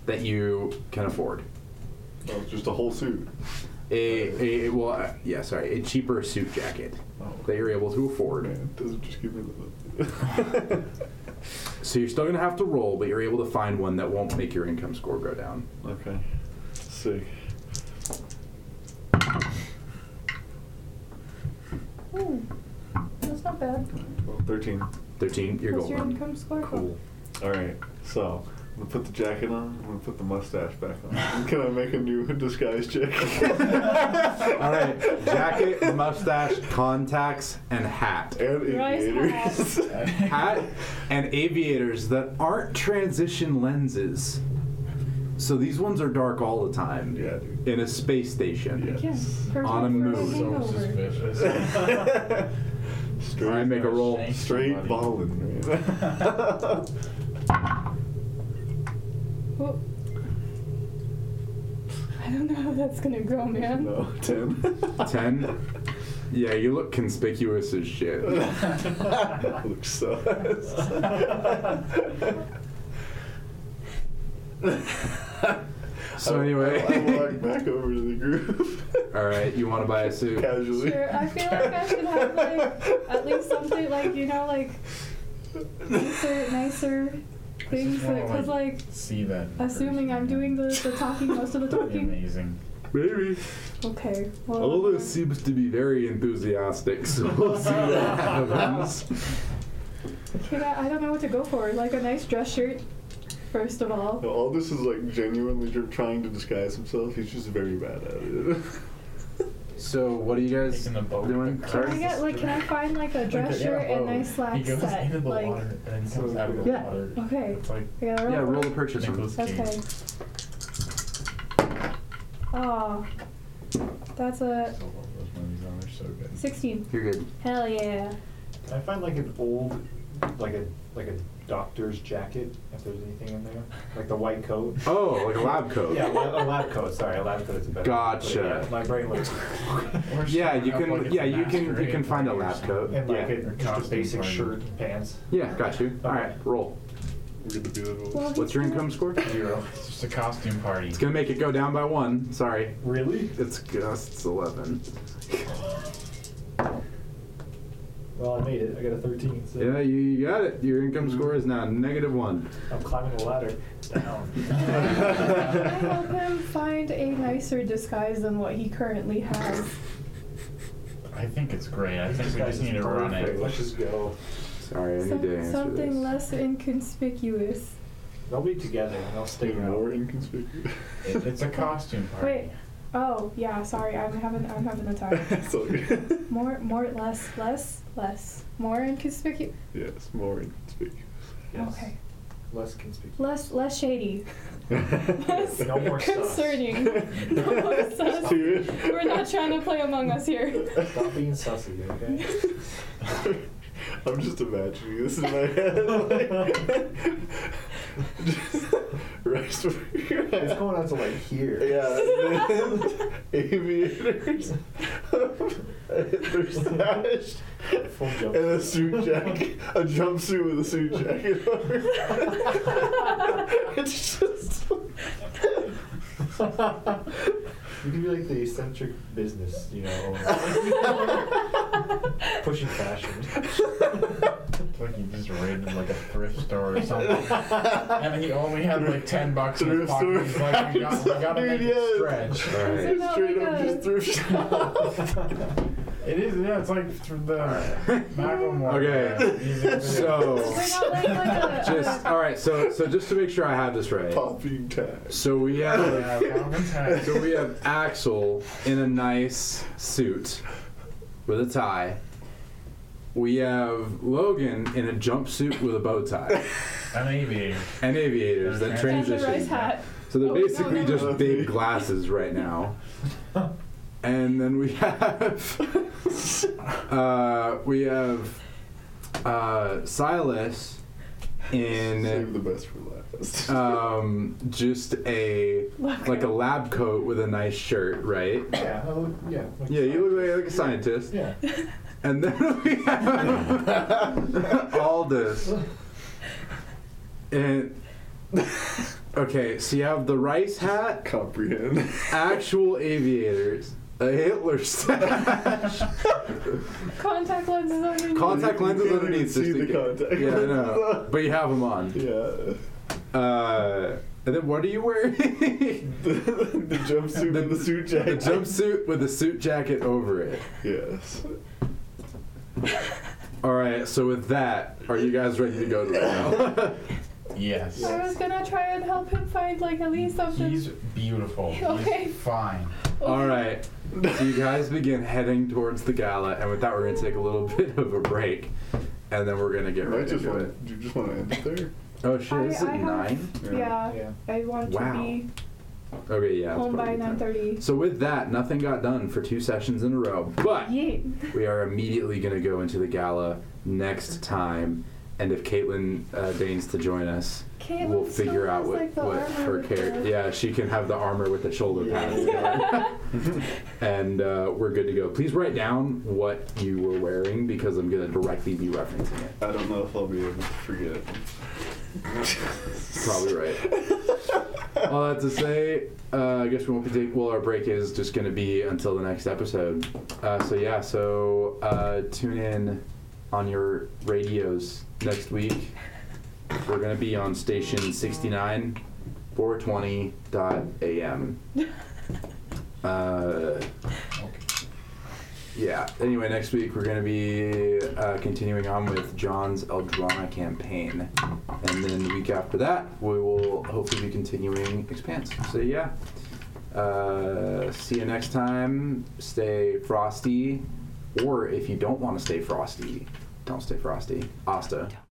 S1: that you can afford.
S3: Oh, just a whole suit.
S1: A, a well, uh, yeah, sorry, a cheaper suit jacket
S3: Oh,
S1: that you're able to afford.
S3: man, doesn't just give me the.
S1: So you're still gonna have to roll, but you're able to find one that won't make your income score go down.
S3: okay. Sick.
S4: Ooh, Hmm. that's not bad.
S3: Thirteen.
S1: Thirteen, you're
S4: What's your
S1: golden.
S4: income score?
S1: Cool.
S3: All right. So I'm gonna put the jacket on. I'm gonna put the mustache back on. Can I make a new disguise check?
S1: All right, jacket, mustache, contacts, and hat.
S3: And
S4: Rice
S3: aviators.
S1: Hat and aviators that aren't transition lenses. So these ones are dark all the time.
S3: yeah, dude.
S1: In a space station.
S3: Yeah.
S4: Yeah, perfect
S1: On a
S4: for
S1: move.
S5: so
S4: hangover.
S5: suspicious.
S3: Straight,
S1: All right, make a roll.
S5: Shank
S3: straight
S5: somebody.
S3: balling, man.
S4: Well, I don't know how that's gonna go, man.
S3: no, ten.
S1: Ten. Yeah, you look conspicuous as shit.
S3: Looks
S1: So anyway.
S3: I, I walk back over to the group.
S1: All right, you want to buy a suit?
S3: Casually.
S4: Sure, I feel like I should have like at least something like you know like nicer, nicer things
S5: wanna,
S4: because like
S5: See that. in
S4: assuming I'm doing the, the talking most of the
S5: person. That'd be
S4: talking.
S5: Amazing.
S1: Maybe.
S4: Okay. Well,
S1: All this seems to be very enthusiastic, so we'll see what happens.
S4: Okay, I I don't know what to go for. Like a nice dress shirt, first of all.
S3: No, all this is like genuinely tr- trying to disguise himself. He's just very bad at it.
S1: So what are you guys
S6: Taking the boat.
S1: doing?
S4: Can I
S1: Sorry.
S4: get like can I find like a dress
S6: yeah,
S4: shirt and
S6: oh,
S4: nice
S6: He
S4: slack
S6: goes into
S4: set?
S6: the
S4: Like
S6: water and then comes out of the
S1: Yeah.
S6: water.
S4: okay.
S6: It's like
S4: I gotta roll.
S1: Yeah, roll the purchase one.
S6: Nicholas
S4: Okay.
S6: Cage.
S4: Oh. That's
S6: So
S4: a
S6: love those movies on. They're so good.
S4: sixteen.
S1: You're good.
S4: Hell yeah.
S2: Can I find like an old, like a like a doctor's jacket if there's anything in there, like the white coat.
S1: Oh, like a lab coat.
S2: Yeah, la- a lab coat. Sorry, a lab coat is a better.
S1: Gotcha.
S2: Yeah, my brain was.
S6: Or
S1: Yeah,
S6: something
S1: you
S6: up
S1: can.
S6: like it's
S1: yeah,
S6: a
S1: you can. You can
S6: masquerade
S1: find
S6: party
S1: a
S6: or
S1: lab
S6: something.
S1: coat.
S2: And like
S1: yeah.
S2: a, just a
S6: costume
S2: basic
S6: party.
S2: shirt and pants.
S1: yeah, got you. All right, roll.
S3: We're gonna oh, do that.
S4: Well,
S1: What's your income score?
S2: Zero.
S6: It's just a costume party.
S1: It's gonna make it go down by one. Sorry,
S2: Really?
S1: it's just eleven.
S2: Well, I made it. I got a 13. So
S1: Yeah, you- you got it. Your income score is now negative one.
S2: I'm climbing the ladder
S4: I help
S2: down.
S4: him find a nicer disguise than what he currently has.
S6: I think it's great. I think
S2: This
S6: we
S2: guy
S6: just
S2: is
S6: need to run
S2: perfect.
S6: it.
S2: Let's just go.
S1: Sorry, I need to
S4: Some,
S1: answer
S4: something
S1: this.
S4: less inconspicuous.
S2: They'll be together and they'll stay
S3: Even more
S2: out.
S3: inconspicuous.
S6: It- It's a costume party.
S4: Wait. Oh yeah. Sorry. I'm having I'm having a time.
S3: It's all good.
S4: More more less less less more inconspicuous.
S3: Yes, more inconspicuous.
S2: Yes.
S4: Okay.
S2: Less conspicuous.
S4: Less less shady. Less
S2: No more sus.
S4: concerning. No more sus.
S3: Serious?
S4: We're not trying to play Among Us here.
S2: Stop being sussy, okay?
S3: I'm just imagining this in my head. Like, just rest over your head.
S2: It's going on to like here.
S3: Yeah, and then aviators, there's sash,
S2: Full
S3: and
S2: jump.
S3: a suit jacket, a jumpsuit with a suit jacket over. it's just.
S2: You can be like the eccentric business, you know, owner. pushing fashion.
S6: It's like he just raided like a thrift store or something. and he only had like ten bucks in his pocket. He's
S3: Thrift store
S6: like, we got, we gotta
S3: fashion,
S6: make it
S3: yes.
S6: stretch.
S1: All right.
S4: not
S3: Straight
S4: like
S3: up
S4: a-
S3: just thrift shop.
S6: It is, yeah. It's like through the Macklemore.
S1: Okay,
S6: uh, music video.
S1: so-
S4: We're not like, like a,
S1: Just all right. So so just to make sure I have this right.
S3: Popping tags.
S1: So we
S6: Yeah,
S1: have
S6: Calvin Tag.
S1: so we have Axel in a nice suit with a tie. We have Logan in a jumpsuit with a bow tie
S6: An aviator.
S1: and aviators that
S6: Okay.
S4: and the rice
S1: transition.
S4: hat.
S1: So they're
S4: Oh, no,
S1: basically
S4: no,
S1: just
S3: no.
S1: big glasses right now. and then we have uh, we have uh, Silas uh,
S3: Save the
S1: in
S3: best for last.
S1: um, just a like a lab coat with a nice shirt, right?
S2: yeah, I look, yeah. like-
S1: Yeah, you look like, like a scientist.
S2: Yeah.
S1: And then we have Aldous. And okay, so you have the rice hat,
S3: Comprehend.
S1: actual aviators, a Hitler stash,
S4: Contact lenses on your
S1: contact
S3: You
S1: lenses
S3: can't even
S1: underneath.
S3: see
S1: just in
S3: the
S1: case.
S3: contact
S1: Yeah, I know.
S3: lenses.
S1: But you have them on.
S3: Yeah.
S1: Uh, and then what are you wearing?
S3: the jumpsuit and the suit
S1: The
S3: jacket.
S1: jumpsuit with a suit jacket over it.
S3: Yes.
S1: All right. So with that, are you guys ready to go to right now?
S6: Yes.
S4: I was gonna try and help him find like at least something.
S6: He's beautiful.
S4: Okay.
S6: He's fine.
S1: All right. So you guys begin heading towards the gala, and with that, we're gonna take a little bit of a break, and then we're gonna get
S3: I
S1: right
S3: just
S1: into it.
S3: want. Do you just want to end it there?
S1: Oh shit! Is
S4: I-
S1: it
S4: I have-
S1: nine?
S4: yeah,
S2: Yeah.
S4: I want
S1: Wow.
S4: to be
S1: Okay, yeah. it's
S4: home by
S1: probably ten.
S4: 9:30.
S1: So with that, nothing got done for two sessions in a row, but
S4: Yeah.
S1: we are immediately going to go into the gala next time, and if Caitlin uh, deigns to join us,
S4: Caitlin
S1: we'll
S4: still
S1: figure out
S4: has,
S1: what,
S4: like, the
S1: what
S4: armor
S1: her
S4: with the-
S1: character. Yeah, she can have the armor with the shoulder pads,
S4: Yeah.
S1: and uh, we're good to go. Please write down what you were wearing because I'm going to directly be referencing it.
S3: I don't know if I'll be able to forget.
S1: Probably right. All that to say, uh, I guess we won't be taking. Well, our break is just going to be until the next episode. Uh, so yeah, so uh, tune in on your radios next week. We're going to be on station 69, 420 dot AM. Uh, yeah. Anyway, next week we're going to be uh, continuing on with John's Eldrana campaign. And then the week after that, we will hopefully be continuing Expanse. So, yeah. Uh, see you next time. Stay frosty. Or if you don't want to stay frosty, don't stay frosty. Asta.